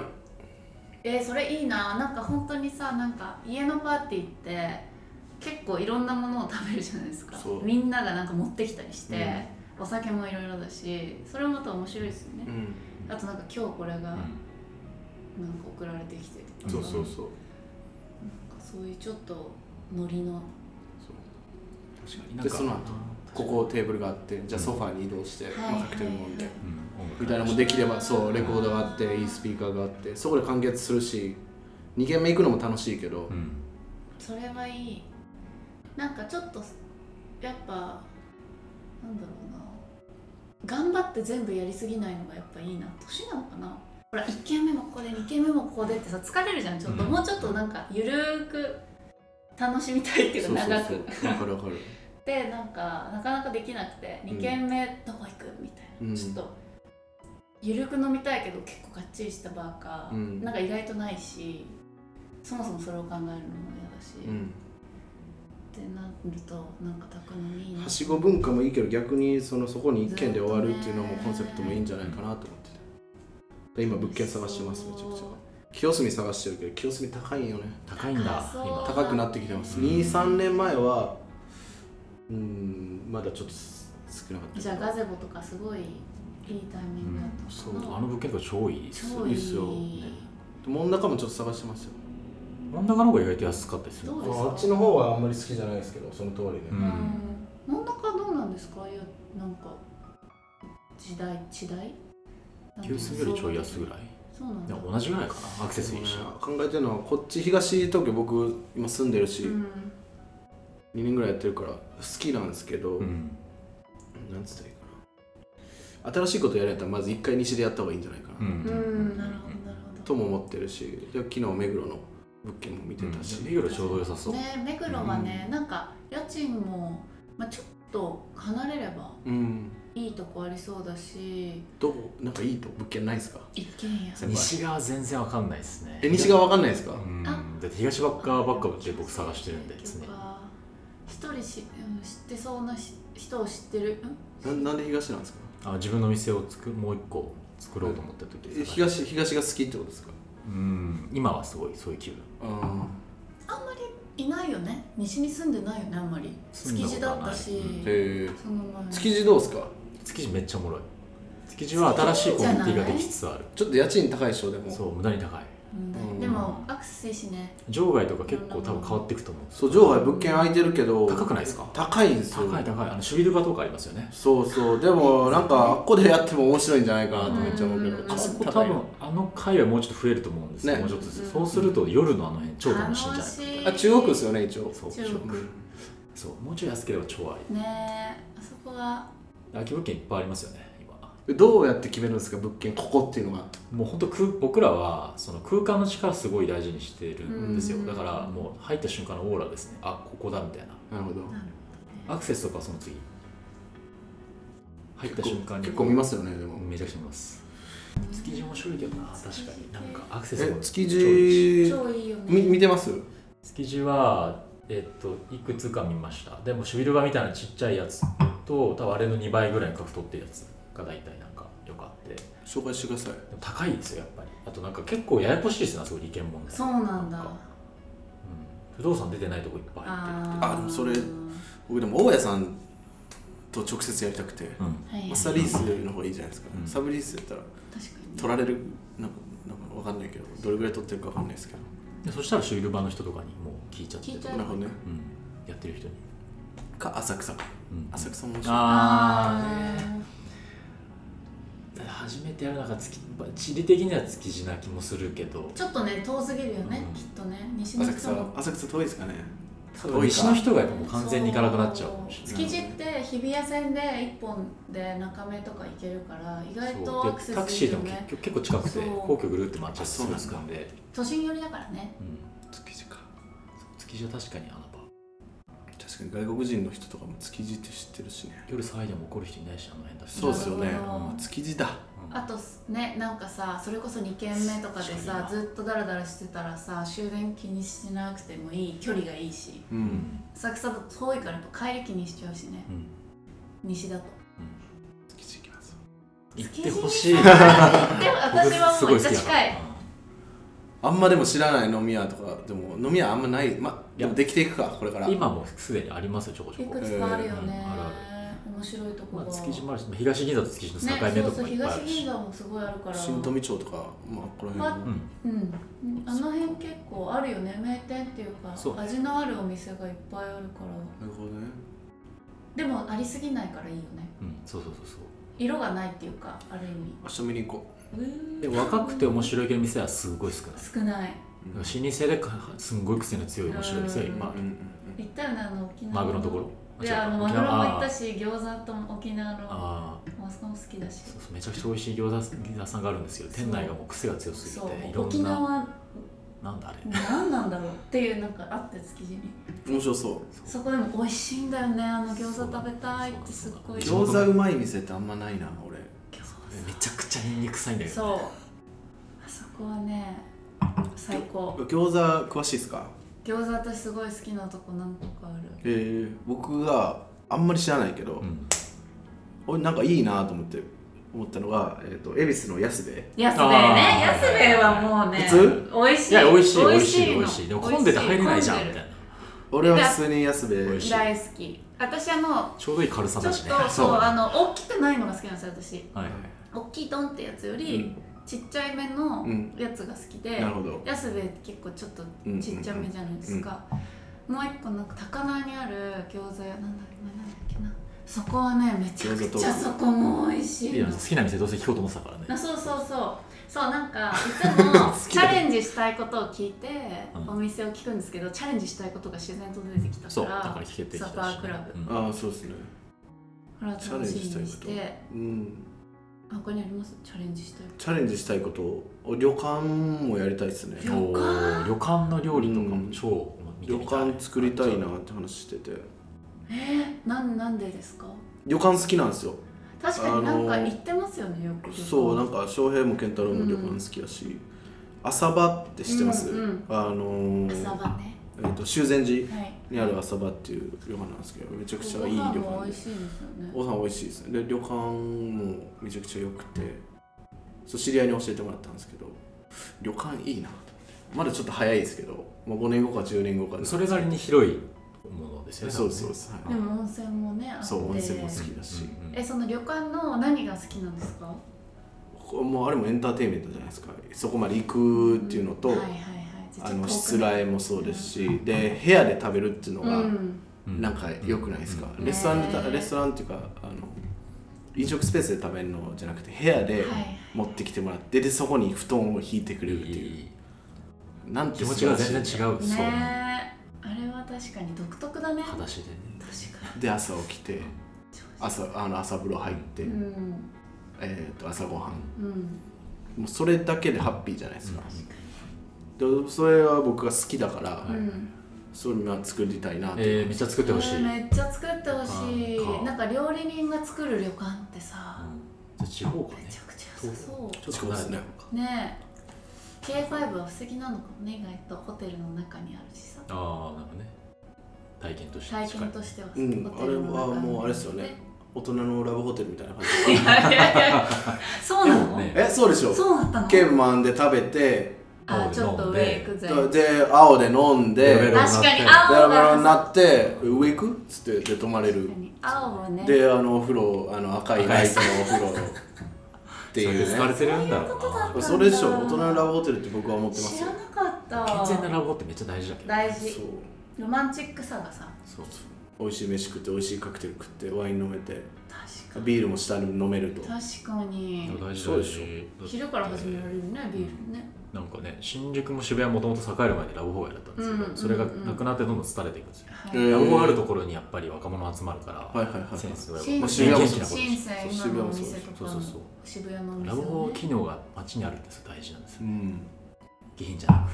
えー、それいいななんか本当にさなんか家のパーティーって結構いろんなものを食べるじゃないですかそうみんながなんか持ってきたりして、お酒もいろいろだしそれもまた面白いですよね、んあとなんか今日これがなんか送られてきてとか、そうそうそうなんかそういうちょっとノリの確かでになんかその後ここテーブルがあってじゃあソファーに移動して、いまあ、カクテル飲んで、はいうんみたいなのもできればそうレコードがあっていいスピーカーがあってそこで完結するし2軒目行くのも楽しいけど、うんそれはいいなんかちょっとやっぱなんだろうな頑張って全部やりすぎないのがやっぱいいな年なのかなほら1軒目もここで2軒目もここでってさ疲れるじゃんちょっと、うんもうちょっとなんかゆるーく楽しみたいっていうそかうそう長くそう分かる分かるでなんかなかなかできなくてうん2軒目どこ行くみたいな、うんちょっとゆるく飲みたいけど結構がっちりしたバーか、うんなんか意外とないしそもそもそれを考えるのも嫌だし、うっんてなるとなんか宅飲みいいなはしご文化もいいけど逆にそのそこに1軒で終わるっていうのもコンセプトもいいんじゃないかなと思っててで今物件探してますめちゃくちゃ清澄探してるけど清澄高いよね高いんだ高そう今高くなってきてますうん23年前はうんまだちょっと少なかったじゃあガゼボとかすごいいいタイミングだったそそうのあの物件が超いいです超いいいっすよいね真ん中もちょっと探してますよ真ん中の方が意外と安かったですよどうですかあっちの方はあんまり好きじゃないですけどその通りで、ううんん真ん中どうなんですかああいうなんか時代時代急須よりちょい安ぐらいそうなんでだも同じぐらいかなアクセスいいし考えてるのはこっち東東京僕今住んでるし、うん2年ぐらいやってるから好きなんですけど、うんなんつったらいいかな新しいことやるんやったらまず一回西でやった方がいいんじゃないかな、うんうんなるほどなるとほも思ってるしで昨日目黒の物件も見てたし、いいぐらいちょうど良さそどうね目黒はねなんか家賃もまあちょっと離れればうんいいとこありそうだしどこなんかいいと物件ないですか一軒家先輩西側全然わかんないですねえ西側わかんないですか、うんあだって東ばっかばっかで僕探してるんで常に一人し、うん、知ってそうなし人を知ってる、うん、ななんで東なんですかあ自分の店をつくもう一個作ろうと思った時えですかね東東が好きってことですかうん今はすごいそういう気分ああんまりいないよね西に住んでないよねあんまり住ん築だこ地とはだないったし、ーへえその前築地どうですか築地めっちゃおもろい築地は新しいコミュニティができつつあるちょっと家賃高いでしょでもそう無駄に高いうん、でもアクセスいいしね場外とか結構多分変わっていくと思うそう上海物件空いてるけど高くないですか高いんですよ高い高いあのシュビルバとかありますよねそうそうでもなんかあっこでやっても面白いんじゃないかなとめっちゃ思うけうどんあそこ高多い分あの回はもうちょっと増えると思うんですよ、ねもうちょっとずつそうすると夜のあの辺超楽しいんじゃないかな楽あ中国区ですよね一応そう中う国んそうもうちょい安ければ超ありねえあそこは空き物件いっぱいありますよね今どうやって決めるんですか物件ここっていうのがもう本当空僕らはその空間の力すごい大事にしてるんですようんだからもう入った瞬間のオーラですねあここだみたいななるほどなるアクセスとかはその次入った瞬間に結構見ますよねでもめちゃくちゃ見ます築地面白いけどな確かになんかアクセスえも築超いいしほど地超いいよねみ見てます築地はえっといくつか見ましたでもシュビルバみたいなちっちゃいやつと多分あれの2倍ぐらいの価格取ってるやつが大体なんかよかって紹介してくださいでも高いですよやっぱりあとなんか結構ややこしいですなそう利権問題そうなんだかうん、不動産出てないとこいっぱい入ってあーるあでもそれ僕でも大家さんと直接やりたくてうんはいマスターリースの方がいいじゃないですか、うんサブリースやったら確かに取られるなんかなんかわかんないけどどれぐらい取ってるかわかんないですけどでそしたらシュビルバの人とかにもう聞いちゃって聞いちゃなるほどねうん、やってる人に、か浅草うん、浅草面白いああー初めてやるなんか月地理的には築地な気もするけどーちょっとね遠すぎるよね、うんきっとね西の浅人草も浅草遠いですかね多分西の人がやっぱもう完全に行かなくなっちゃうかもしれそうない築地って日比谷線で一本で中目とか行けるから意外とそアうクでセタクスシいーいでよもね結局結構近くてそう皇居ぐるって回っちゃってすぐ着くんで、都心寄りだからねうん、築地かそう築地は確かに穴場確かに外国人の人とかも築地って知ってるしね夜騒いでも怒る人いないしあの辺だしそうですよなねるほど築地だうんあとねなんかさそれこそ2軒目とかで確かにさなずっとダラダラしてたらさ終電気にしなくてもいい距離がいいしううんん浅草だと遠いからやっぱ帰り気にしちゃうしねうん西だと築地行きます行ってほしい築地さでも私はもうめっちゃ近 いあんまでも知らない飲み屋とかでも飲み屋あんまないまでもできていくかこれから今もすでにありますよちょこちょいこくつかあるようんねあるあ面白いとこまあが築地もあるし東銀座と築地の境ね目そとうかそもういっぱいあ東るし、銀座もすごいあるから新富町とかまあこの辺うんうん、あの辺結構あるよね名店っていうかそう味のあるお店がいっぱいあるからなるほどねでもありすぎないからいいよねうん、そうそうそうそう色がないっていうかある意明日見に行こ味で若くて面白い系の店はすごい少ない少ない老舗でかすんごい癖の強い面白い店がいっうぱいあうるんうん行ったよねあの沖縄マグロのところいやあのマ違うグロかも行った沖縄し餃子とも沖縄のああーそこも好きだしそうそうめちゃくちゃ美味しい餃子餃子さんがあるんですけど店内がもう癖が強すそぎていうろ沖んな縄なんだあれ何なんだろうっていうなんかあって築地にうん面白そうそこでも美味しいんだよねあの餃子食べたいってすっごいそう餃子うまい店ってあんまないな俺めちゃくちゃニンニク臭いんだけどそうあそこはね最高餃子詳しいですか餃子私すごい好きなとこ何個かあるええ僕があんまり知らないけど、うん俺なんかいいなと思って思ったのが、えー、と恵比寿の安部安兵衛ねあー安兵衛はもうね普通美味しいいや美味しい美味しいの美味しいでも混んでて入れないじゃんみたいな俺は普通に安部美味しい大好き私あのちょうどいい軽さちょだっしねとそうそうあの大きくないのが好きなんですよ私はい大きいドンってやつより、ちっちゃいめのうんやつが好きで、なるほど安部って結構ちょっとちっちゃめじゃないですか、もう一個なんか高菜にある餃子屋なんだっけななんだっけなそこはねめちゃくちゃそこも美味しいいやの好きな店どうせ聞こうと思ってたからねなそうそうそうそうなん かいつもチャレンジしたいことを聞いて、うおん店を聞くんですけどチャレンジしたいことが自然と出てきたそうかだからら聞けてきたしサバークラブうんああそうですねこれは楽しみにしチャレンジしたいこてうんあ他にありますチャレンジしたいこチャレンジしたいことを旅館もやりたいですね旅館おー旅館の料理とかも超見て旅みたい館作りたいなって話しててとえー、なんなんでですか旅館好きなんですよ確確かになんかあの行ってますよねよくそうなんかか翔平も健太郎も旅行好きやし、浅場って知ってます、うんうんあのー朝晩ねえー、と修善寺はいにある浅場っていう旅館なんですけどめちゃくちゃごいい旅飯館も美味でしいですよねご飯美味しいですねで旅館もめちゃくちゃ良くてそう知り合いに教えてもらったんですけど旅館いいなと思ってまだちょっと早いですけど、まあ、5年後か10年後かそれなりに広いものですよねそうそうそう、でも温泉もねあってそう温泉も多好分ねきだしうんうんえその旅館の何が好きなんですかこれもうあれもエンターテインメントじゃないですかそこまで行くっていうのと、はいはいはいちょっとあ遠くのねしつらえもそうですし、で部屋で食べるっていうのうがんうんなんか良くないですか、うんレストランでねたレストランっていうかあの飲食スペースで食べるのじゃなくて部屋はでい持ってきてもらってでそこに布団を敷いてくれるっていういいなんて気持ちが全然違うねそえうあれは確かに独特だね確裸足でねかで朝起きてに朝あの朝風呂入って、うんえー、と朝ごはんうんもうそれだけでハッピーじゃないですか、確かでそれは僕が好きだから、にうんそれは作りたいなと、えー、めっちゃ作ってほしい、うんめっちゃ作ってほしあかいなんか料理人が作る旅館ってさじゃあ地方かねめちゃくちゃ良さそちょっと離れてるのかうねえ K5 は不思議なのかもね意外とホテルの中にあるしさああなるほどね体験として体験近いとしてはさうんホテルの中あれはにもうあれですよね大人のラブホテルみたいな感じいやいやいやそうなの、でもねえそうでしょそうだったのケンマンで食べてあちょっと上行くぜで青で飲んでベベロベロ確かにロ青ベロにながって上行くっつってで泊まれ確るかに青はねであのお風呂あの赤いライトのお風呂っていそうれで疲れねてるんだろうそういうことだなれそれでしょ大人のラブホテルって僕は思ってます知よらなかった健全なラブホってめっちゃ大事だけど大そう事ロマンチックさがさそう美味しい飯食って美味しいカクテル食ってワイン飲めて確かにビールも下に飲めると確かに大事そう大でしょ事昼から始められるねビールねなんかね新宿も渋谷もともと栄える前にラブホ街だったんですけど、うんうんそれがなくなってどんどん廃れていくんですよ、はい、えーラブホあるところにやっぱり若者集まるから、はいはいはいセンスが新元鮮気なも子でう渋谷す新鮮今のお店とそうかそのうそう渋谷のお店、ね、ラブホ機能が街にあるんですよ大事なんですうよん下品じゃなな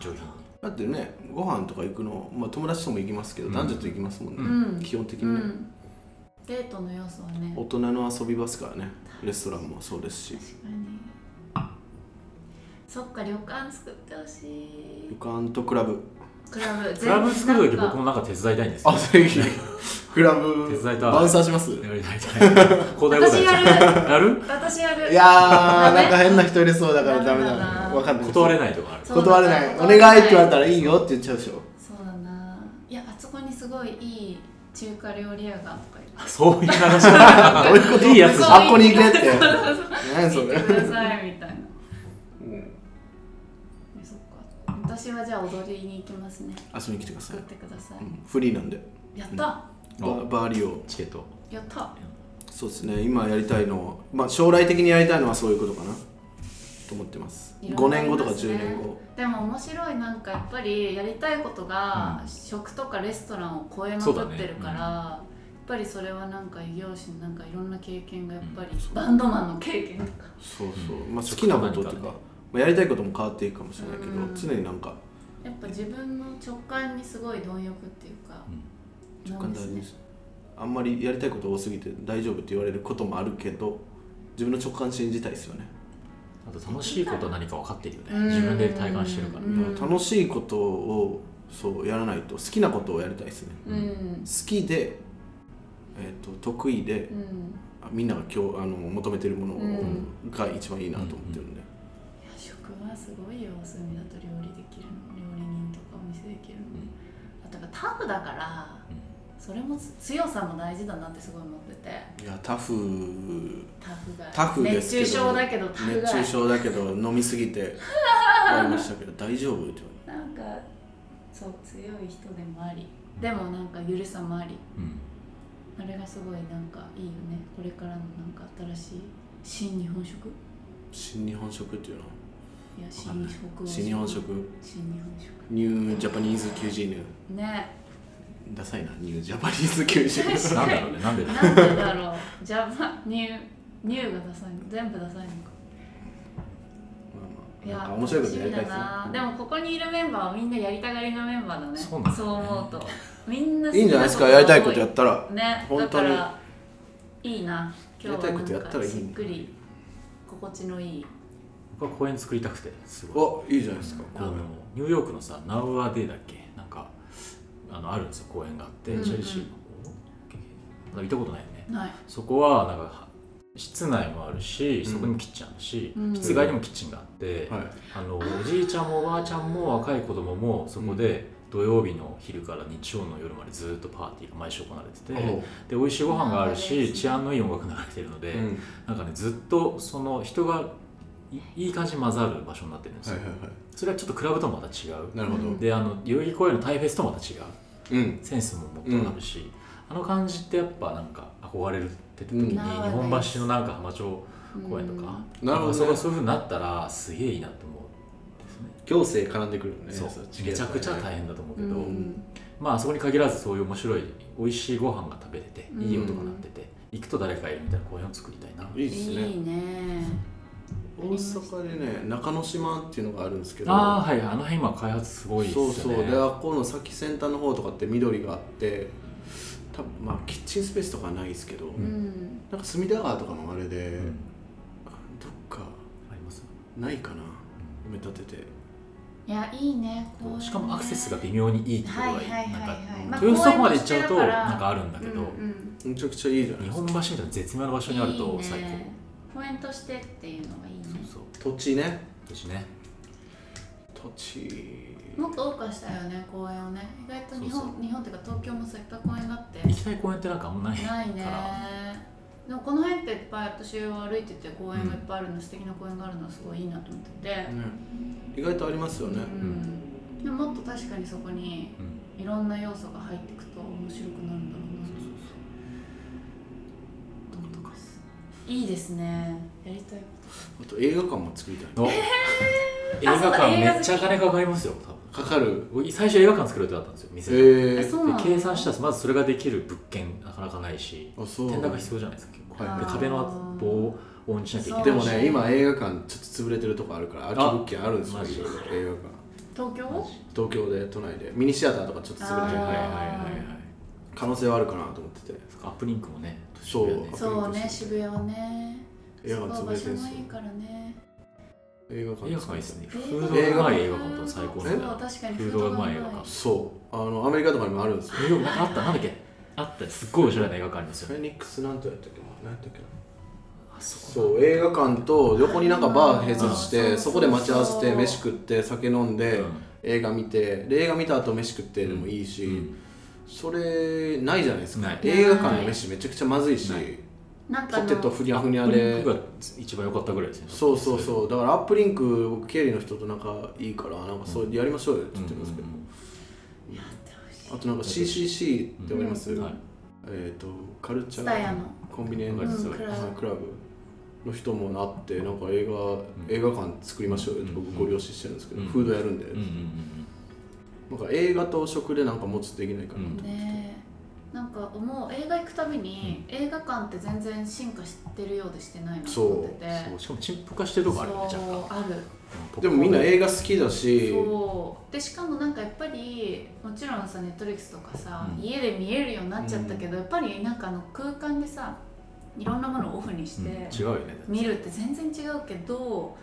くる上品にだってねご飯とか行くのまあ友達とも行きますけどうん男女と行きますもんほどねうん基本的うにねんデートの要素はね大人の遊び場ですからねレストランもそうですし確かにそっか旅館作ってほしい旅館とクラブクラブクラブ作る時全部僕もなんか手伝いたいんですよあぜひクラブ手伝いたいバウンサーしますやりたい交代交私代ややるるやる私やるいやダーメなんか変な人入れそうだからダメだダメだななわかんない断れいないとかあ るそう断れない断お願れないいって言われたらいいよって言っちゃうでしょそうだないやあそこにすごいいい中華料理屋がとか言ってあそういう話だどういうこといいやつじゃんあっこに行けって そうそうそう何そ行っれてくださいみたいなうんえそっか私はじゃあ踊りに行きますね遊びに来てください作ってくださういん フリーなんでやったババーリオチケットやったそうですね今やりたいのはまあ将来的にやりたいのはそういうことかなと思ってますいろいろ5年後とかありますね10年後でも面白いなんかやっぱりやりたいことがう食とかレストランを超えまくそうだっねてるから、うんやっぱりそれはなんか異業種のなんかいろんな経験がやっぱり、うんそうバンドマンの経験とかそうそう、うまあ好きなことっていうか、そうまあ、やりたいことも変わっていくかもしれないけど、うん常になんかやっぱ自分の直感にすごい貪欲っていうか、直なん感で大す事ねですあんまりやりたいこと多すぎて大丈夫って言われることもあるけど自分の直感信じたいですよね、あと楽しいことは何か分かってるよねうん自分で体感してるからうんいや楽しいことをそうやらないと好きなことをやりたいですねうんうん好きで、えー、と得意で、みんなが今日あの求めてるものをうんが一番いいなと思ってるんいで、や食はすごいよ隅だと料理できるの料理人とかお店できるの、んあとやっぱタフだからうそれもつ強さも大事だなってすごい思ってていやタフタフがタフですけど熱中症だけどタフが熱中症だけど飲みすぎ て終わりましたけど大丈夫って言われて。なんかそう強い人でもありでもなんかゆるさもありんうんあれがすごいなんかいいよねこれからのなんか新しい新日本食い新日本食っていうのや新食を新日本食新日本食ニュージャパニーズキュージーヌねダサいなニュージャパニーズキュー ジーヌなんだろうねなんでだろうなんでだろう ジャパニューニューがダサいの全部ダサいのかいまあまあなんやか面白いことやりたい楽でしすみだなねでもここにいるメンバーはみんなやりたがりのメンバーだねそうなんだね思 うとみんな好きいいんじゃないですかやりたいことやったらね、本だ当かにらいいな今や日りはいたことなやんったらかいいしっんだくり心地のいい僕は公園作りたくてすごいあいいじゃないですかあのニューヨークのさナウアデーだっけなんかあのあるんですよ公園があって、うんうんチェルシーの方まだ行ったことないよねないそこはなんか室内もあるしそこにもキッチンあるし、うん室外にもキッチンがあって、はいあのおじいちゃんもおばあちゃんも若い子供もそこで土曜日の昼から日曜の夜までずっとパーティーが毎週行われてて、おで美味しいご飯があるあーいいしですね治安のいい音楽流れてるので、うんなんかねずっとその人がいいい感じに混ざる場所になってるんですはいよ、はいはそれはちょっとクラブともまた違ういなるほどであの代々木公園のタイフェスともまた違ううんセンスももっとあるし、あの感じってやっぱなんか憧れるって時に、うん日本橋のなんか浜町公園とか、なるほどねあそこがそういうふうになったらすげえいいなと思行政絡んでくるのう、ねそうっめちゃくちゃ大変だと思うけど、うんまああそこに限らずそういう面白い美味しいご飯が食べれてうんいい音が鳴ってて、行くと誰かいるみたいな公園を作りたいな、いいですいねいね大阪でね中之島っていうのがあるんですけどああはいあの辺今開発すごいですよそうねそうであっこの先先端の方とかって緑があって多分まあキッチンスペースとかはないですけど、うんんなんか隅田川とかもあれで、うんどっかありますないかな埋め立てていやいいね公園ねしかもアクセスが微妙にいいところがいい,、はいはいはいはいなまんあか豊洲まで行っちゃう公園もしてるとからなんかあるんだけど、うんうんめちゃくちゃいいじゃ日ないですか本橋みたいな絶妙な場所にあるいいとね最高公園としてっていうのがいいねそうそう土地ね私ね土地もっと謳歌したいよね公園をね意外と日本そうそう日本っていうか東京もさいっぱい公園があって行きたい公園ってなん かあんまないからないねでもこの辺っていっぱい私は歩いてて公園がいっぱいあるの、素敵な公園があるのはすごいいいなと思ってて、ね意外とありますよね、うん、でももっと確かにそこにうんいろんな要素が入っていくと面白くなるんだろうなと思ってますいいですねやりたいこあと映画館も作りたい お映画あそうだ館映め画好きっちゃ金かかりますよ多かかる分僕最初映画館作る予定だったんですよえ店でとあそー、うなの計算したらまずそれができる物件なかなかないしあそう転落必要じゃないですか結構、はいで壁の棒を音しなきゃいけでないもしそうね今映画館ちょっと潰れてるとこあるから空き物件あるんですよマいジろいろ映画館東京マジ東京で都内でミニシアターとかちょっと潰れはいてはいるはいはいはい可能性はあるかなと思っててそっかアップリンクもねそう年上だねそうね渋谷はね映画そこは館潰場れて所るんでもすいよいからね映画映館画館いいですねフード映画がうま館い映画館と最高なんだそうよ確かにフードがうまい映画館そうあのアメリカとかにもあるんですよニューヨークなんかあったなんだっけあったすっごいおしゃれな映画館ありますフよねェニックスなんとやったっけななんやったっけなあそこそう映画館と横になんかバー併設しあーてそそうそうそうこで待ち合わせて飯食って酒飲んで、うん映画見てで映画見た後飯食ってでもいいし、うんそれないじゃないですないか映画館の飯めちゃくちゃまずいしないなんかあポのテトふにゃふにアゃップリンでクが一番良かったぐらいですねそうそううそうだからアップリンク僕経理の人と仲いいからなんかそうやりましょうよって言ってますけど、やってほしいあとなんか CCC ってわかります、はいえっ、とカルチャツタヤーのコンビニエンス、うんクラブはいクラブの人もなってなんか映画、映画館作りましょうよって僕ご了承してるんですけど、うんフードやるんで、うんうんうんなんか映画と食でなんかもうちょっとできないかなうと、んねえなんか思う映画行くたびに、映画館って全然進化してるようでしてないなとそ思っうててそうしかも陳腐化してるとこあるよね若干そうあるうんでもみんな映画好きだしそうでしかもなんかやっぱりもちろんさネットリックスとかさ、うん家で見えるようになっちゃったけど、やっぱりなんかあの空間でさいろんなものをオフにしうんて、違うよね見るって全然違うけど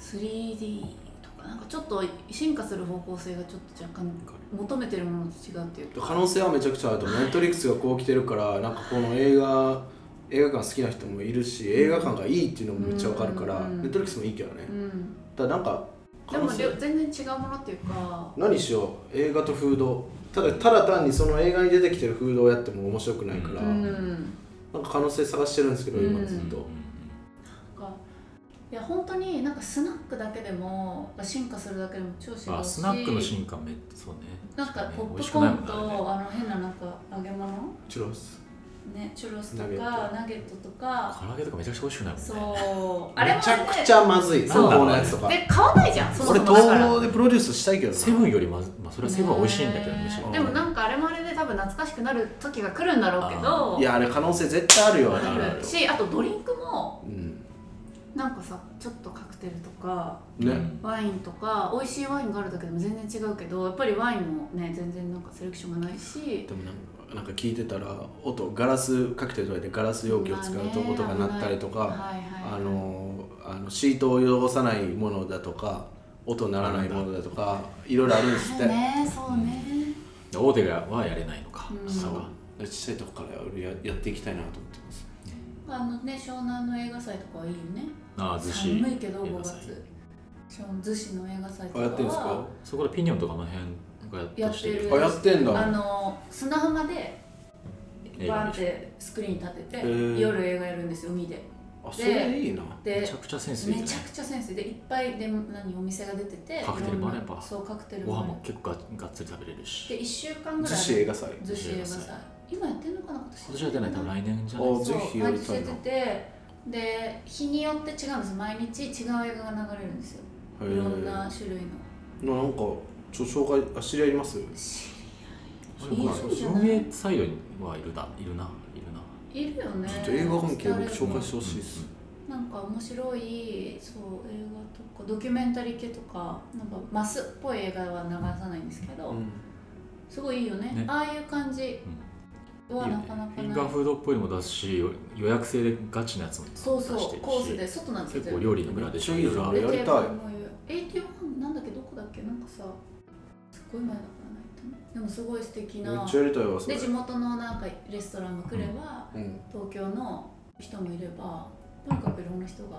3D とかなんかちょっと進化する方向性がちょっと若干求めてるものと違うっていうか可能性はめちゃくちゃあると思うネットリックスがこう来てるからなんかこの映画映画館好きな人もいるし映画館がいいっていうのもめっちゃわかるから、うんネットリックスもいいけどね、うんだからなんかで可能も性りょ全然違うものっていうか何しよう映画とフードただただ単にその映画に出てきてるフードをやっても面白くないから、ううんんなんか可能性探してるんですけど、うん今ずっと、なんかいや本当になんかスナックだけでも進化するだけでも超違うしあスナックの進化めそうねなんかねポッ美味プしコくなーいンもんねとああれねの変ななんか揚げ物チュロスねチュロスとかナゲットナゲットとか唐揚げとかめちゃくちゃ美味しくないもんねそう あれもねめちゃくちゃまずいそう南方のやつとかで買わないじゃんそも俺そもだから東宝でプロデュースしたいけどなセブンよりまずまあそれはセブンは美味しいんだけどむしろねでもなんかあれもあれで多分懐かしくなる時が来るんだろうけどいやあれ可能性絶対あるよあれああれあるるしあとドリンクもうんなんかさちょっとカクテルとかね、ワインとか美味しいワインがあるだけでも全然違うけどやっぱりワインもね全然なんかセレクションがないしでもなんかなんか聞いてたら音ガラスカクテルとかでガラス容器を使うと音が鳴ったりとか、まあね危ないはいはいはいあのあのシートを汚さないものだとか音鳴らないものだとかいろいろあるんですっあて、るねそうね大手がはやれないのか、うん下そうは小さいとこから俺ややっていきたいなと思ってますあのね湘南の映画祭とかはいいよねああ寿司寒いけど映5画祭月湘南逗子の映画祭とあかはやってんですかそこでピニョンとかあの辺がやってやってるあやってんあだの砂浜でバーンってスクリーン立てて、ー夜映画やるんですよ海であそれいいなでめちゃくちゃセンスいいめねちゃくちゃセンスいいでいっぱいで何お店が出ててカクテルもあればいろんなそうカクテルごもある飯も結構ががっつり食べれるしで1週間ぐ逗らい子映画祭逗子映画祭今やってんのかな今年今年は出ない多分来年じゃないおそぜうひや毎り日たい出なてへてで日によって違うんです毎日違う映画が流れるんですよえいろんな種類のなんかちょ紹介あ知り合いいますしいいいいんじゃない運営サイドにはいるだいるないるないるよねちょっと映画関係僕紹介誰してほしいです、なんか面白いそう映画とかドキュメンタリー系とかなんかマスっぽい映画は流さないんですけど、うんすごいいいよねねああいう感じはなかなかフィンないガーフードっぽいのも出すし予約制でガチなやつも出してそうそうるしコースで外なんですよ結構料理の村でしょいろいろあめっるちゃいいじゃんやりたいい AT1 なんだっけどこだっけなんかさすごい前だからないとねでもすごい素敵めなっちゃやりたいわそれで地元のなんかレストランが来れば、うん東京の人もいればとにかくいろんな人がい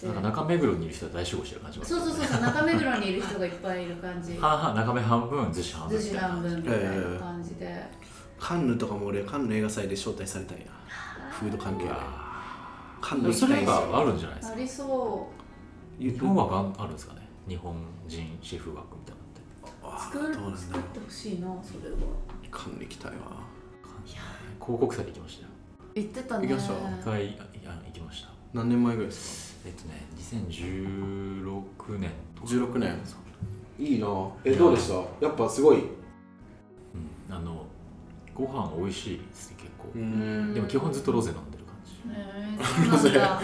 てなんか中目黒にいる人は大集合してる感じがそうそうそうそう中目黒にいる人がいっぱいいる感 じ半々中目半分寿司半分逗子半分みみたいなたいな感じで、カンヌとかも俺カンヌ映画祭で招待されたいなフード関係うでわカンーヌ行きそたれいながあるんじゃないですあかりそ日本はがあるんですかね日本人シェフ枠みたいなのっうてあ作ーるどうなんだ作ろっうてほしいなそれはカンヌ行きたいわ広告祭で行きましたよ言ってたね行きました一回いや行きました何年前ぐらいですえっとね2016年とか16年そうかいいなえどうでしたやっぱすごいうんあのご飯美味しいですね結構、んでも基本ずっとロゼ飲んでる感じへえそうなん だ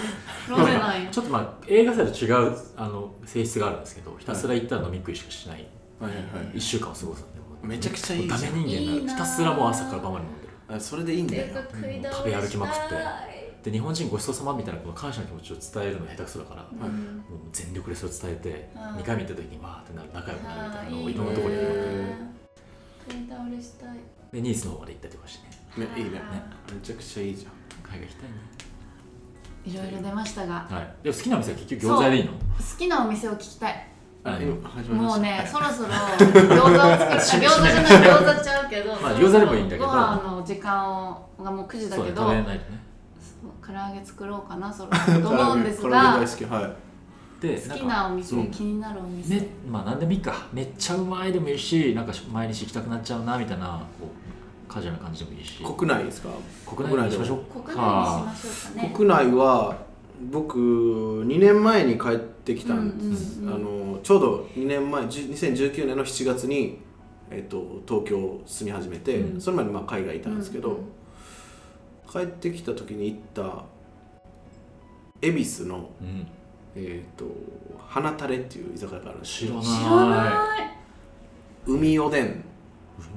ロゼなんやちょっとまあ映画祭と違うあの性質があるんですけどひたすら行ったら飲み食いしかしない、はいはい一1週間を過ごすんでもうめちゃくちゃいいじゃんダメ人間いいにななるひたすらもう朝から晩まで飲んでるはいあそれでいいんだてよか食い倒れ食べ歩きまくってしたいで日本人ごちそうさまみたいなこの感謝の気持ちを伝えるの下手くそだから、もううん全力でそれを伝えて、あー2回目行った時にわーってなる仲良くなるみたあいなーのをいいいろんなところでやるわね食い倒れしたいけでニースの方まで行ったりとかしてねねいいねあめちゃくちゃいいじゃん海外行きたいねーいろいろ出ましたがはいでも好きなお店は結局餃子でいいの好きなお店を聞きたいあの今始まりもましうた ね、そろそろ餃子を作った餃子じゃない餃子ちゃうけど、まあそろそ餃ろ子でもいいんだけどご飯の時間をがもう9時だそうけねど食べれないとねそう唐揚げ作ろうかなそろそろと思うんです 唐揚がげ大好きはいで好んきかなお店、うん気になるお店、ねまあ何でもいいかめっちゃうまいでもいいしなんか毎日行きたくなっちゃうなみたいなこうカジュアルな感じでもいいし国内ですか国内にしましょう国内にしましょうかね国内は僕2年前に帰ってきたんです、うんうんあのちょうど2年前じゅ2019年の7月に、えっと、東京住み始めて、うんそれまでまあ海外いたんですけど、うんうん帰ってきた時に行った恵比寿の、うんえっと花たれっていう居酒屋があるんです知らない知らない海おでん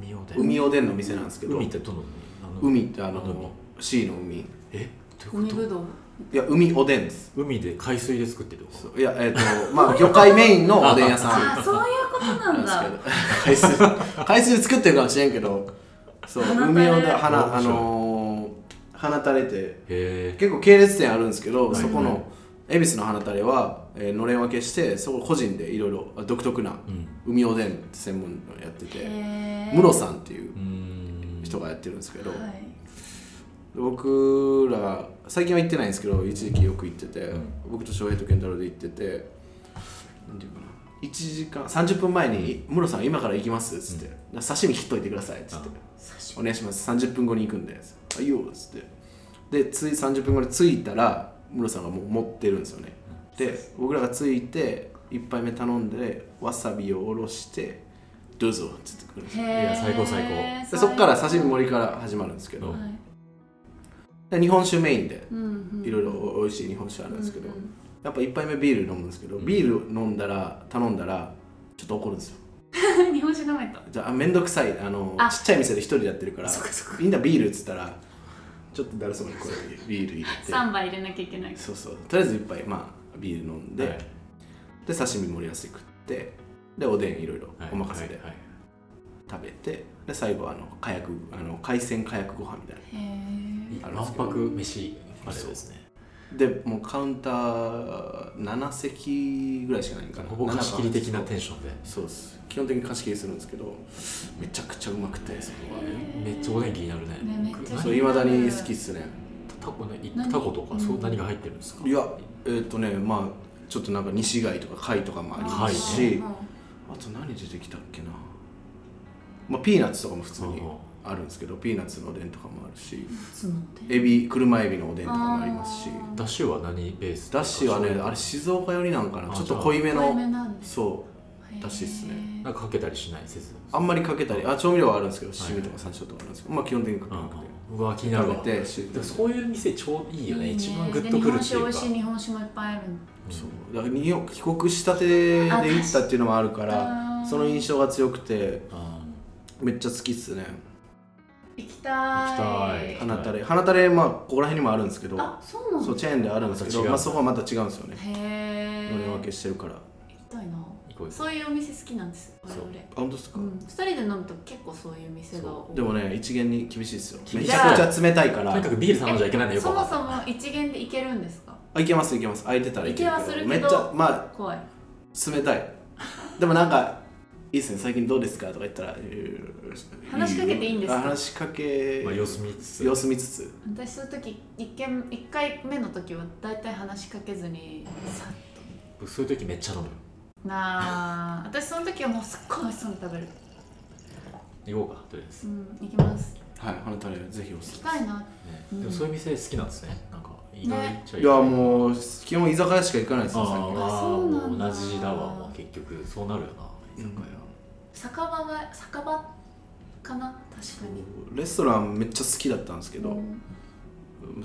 海をで海おでんの店なんですけど海ってどの海あの海ってああの海の C の海いえどうい海うこぶどうや海おでんですと海で海水で作ってるそういやえっ、とまあ魚介メインのおでん屋さん あーそういうことなんだ 海水海水作ってるかもしれんけどそう花海を垂だれ花あのー、花たれてへえ結構系列店あるんですけど、はいそこの恵比寿の花たれは、えーのれん分けしてそこ個人でいろいろあ独特なうん海おでんって専門のやっててへームロさんっていううーん人がやってるんですけど、はい僕ら最近は行ってないんですけど一時期よく行ってて、ん僕と翔平と健太郎で行ってて何ていうかな1時間30分前に「ムロさん今から行きます」っつって「刺身切っといてください」っつって「お願いします30分後に行くんで」あいいよ」っつってでつい30分後に着いたらムロさんがもう持ってるんですよねで僕らが着いて1杯目頼んでわさびをおろして「どうぞ」っつってくるんですよへーいや最高最高でそっから刺身最盛りから始まるんですけど、う高んはいで日本酒メインでうんうんいろいろ美味しい日本酒あるんですけど、うんうんやっぱ一杯目ビール飲むんですけどうんビール飲んだら頼んだらちょっと怒るんですよ 日本酒ダメとじゃああめんどくさいあのあちっちゃい店で一人でやってるからそっかそっかみんなビールっつったらちょっとだるそうにこれビール入れ3杯入れなきゃいけないてそうそうとりあえず一杯まあビール飲んで、はいで刺身盛り合わせ食ってでおでんいろいろはいお任せではいはい食べてで最後あの火薬あの海鮮火薬ご飯みたいへえあるんで万すけど博飯あれですねなでもうカウンター7席ぐらいしかないんかなほぼ貸し切り的なテンシションでそうです基本的に貸し切りするんですけどめちゃくちゃうまくてそこはめっちゃおでん気になるねねめっちゃ何そういまだに好きっすねタコねい何タコとかそううん何が入ってるんですかいやえっ、とねまあちょっとなんか西貝とか貝とかもありますし、うんうんあと何出てきたっけなまあピーナッツとかも普通にうんうんあるんですけどピーナッツのおでんとかもあるしつのってエビ車エビのおでんとかもありますしあだしは何ベースだしはね醤油あれ静岡寄りなんかなあちょっと濃いめ濃いめのなんですそうへーだしっすねなんかかけたりしないせずあんまりかけたりあ調味料はあるんですけどい七味とか山椒とかあるんですけどまあ基本的にかけうなくんてうんうわ気になるわ食べてしでもそういう店超いいよねいい一番グッとくるっていで日うか本酒美味しい日本酒もいっぱいあるそうだから日本帰国したてで行ったっていうのもあるからあーその印象が強くてあめっちゃ好きっすね行きたい行きたい花たれ花たれまあここら辺にもあるんですけどあそうなんそうチェーンであるんですけまた違どうまあそこはまた違うんですよねへえのれ分け行してるからあきたいなーこうですそういうお店好きなんです我そう々本当ですかうん、2人で飲むと結構そういう店が多いでもね一元に厳しいですよ厳めしいちゃくちゃ冷たいかとらにかくビール頼んじゃいけないのよくそわかもんないそも一元で行けるんですかあいけますいけます空いてたらいけいるけはするけどめっちゃま怖いあ冷たいでもなんか「いいっすね最近どうですか?」とか言ったらえー話しかけていいんですかあ話しかけ、まあ様子見つつ様子見つつ私そういう時一軒一回目の時は大体話しかけずにさっそういう時めっちゃ飲むとなあ私その時はもうすっごい美味しそうに食べる行こうかとりあえずうねん行きますはい花たれぜひ行おすきすたいなうんでもそういう店好きなんですねなんか意外っちゃめ意いや外もう基本居酒屋しか行かないですよ最近あああそうなんだ同じだわもう結局そうなるよな居酒屋酒場が酒場かな確かにレストランめっちゃ好きだったんですけど、うん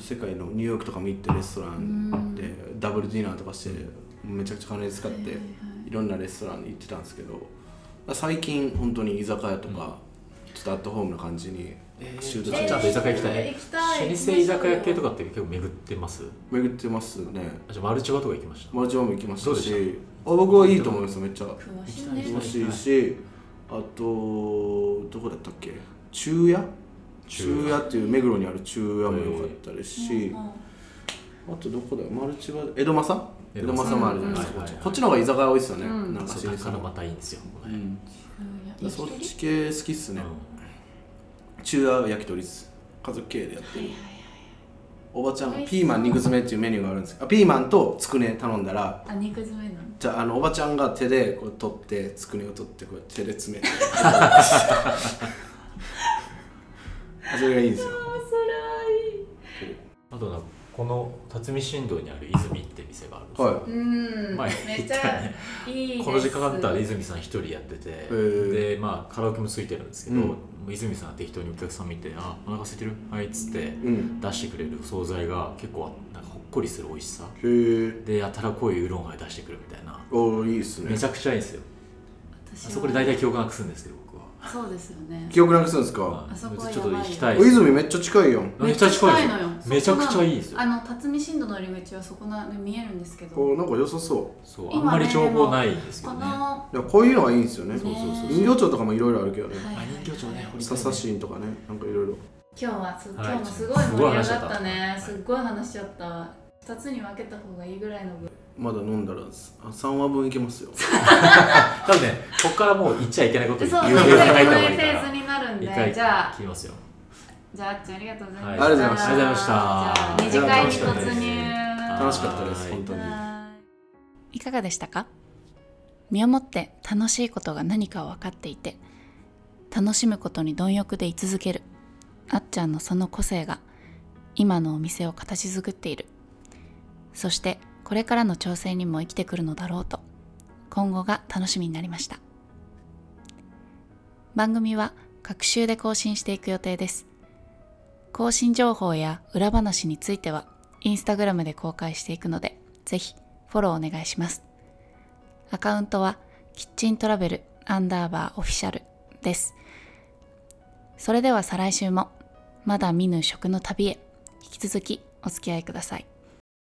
世界のニューヨークとかも行ってレストランでダブルディナーとかしてめちゃくちゃ金使っはいてはいいろんなレストランに行ってたんですけど最近本当に居酒屋とかちょっとアットホームな感じにえーシュートちゃんちゃんとと居酒屋行きたいえー行きたい老舗居酒屋系とかって結構巡ってます巡ってますねあじゃあマルチバとか行きましたマルチョンも行きましどうたでしあ僕はいいと思いますめっちゃ詳しい行きね楽しいしあとどこだったっけ中夜中中夜夜っていう目黒にある中夜も良かったですし、うんうんあとどこだよマルチバ江戸正江江戸戸正正もあるじゃないですうんか、はいはいはいこっちの方が居酒屋多いですよね、うんなんかそう知だりかそうらなまたいいんですよこのう辺ん、いやそっ焼きち鳥系好きっすね、中華焼き鳥っす家族経営でやってる、おばちゃん美味しそうピーマン肉詰めっていうメニューがあるんですけどあピーマンとつくね頼んだらあ肉詰めなのじゃああのおばちゃんが手でこう取ってつくねを取ってこう手で詰めてあそれがいいんですよあそれはいいあとなんかこの辰巳新道にある泉って店があるんですよはうん前め言っっちたゃねいいですこの時間だったら泉さん一人やってて、ーでまあカラオケもついてるんですけど、うんもう泉さんは適当にお客さん見て「あお腹空いてるはい」っつっていうん出してくれる惣菜が結構なんかほっこりする美味しさへえでやたら濃いうどんが出してくるみたいなおーいいっすねめちゃくちゃいいんですよあ私はそこで大体記憶なくすんですけど僕はそうですよね記憶なくするんですかあそこはちょっと行きたいお泉めっちゃ近いよめっちゃ近いのよめちゃくちゃいいですよあの辰巳新道の入り口はそこな見えるんですけどおこなんか良さそうそうあん今ねまり情報ないんですよねあのいやこういうのがいいんですよねそうそうそう人形町とかもいろいろあるけどね、はい人形町ね掘りたサいねサシンとかねなんかいろいろ今日はす今はい日もすごい盛り上がったねすすっごい話しちゃった二つに分けた方がいいぐらいの分まだ飲んだらあ3話分いけますよ多分ねここからもう言っちゃいけないことそう言そうう言そうう言こうう考いえた方うがいいフかェーズらになるんで一回じゃあ聞きますよじゃああっちゃんありがとうございました、はいありがとうございましたありがとうございましたじゃあ二次会に突入楽しかったです本当にはいいかがでしたか身をもって楽しいことが何かを分かっていて楽しむことに貪欲で居続けるあっちゃんのその個性が今のお店を形作っているそしてこれからの調整にも生きてくるのだろうと今後が楽しみになりました番組は各週で更新していく予定です更新情報や裏話についてはインスタグラムで公開していくのでぜひフォローお願いしますアカウントはキッチントラベルアンダーバーオフィシャルですそれでは再来週もまだ見ぬ食の旅へ引き続きお付き合いください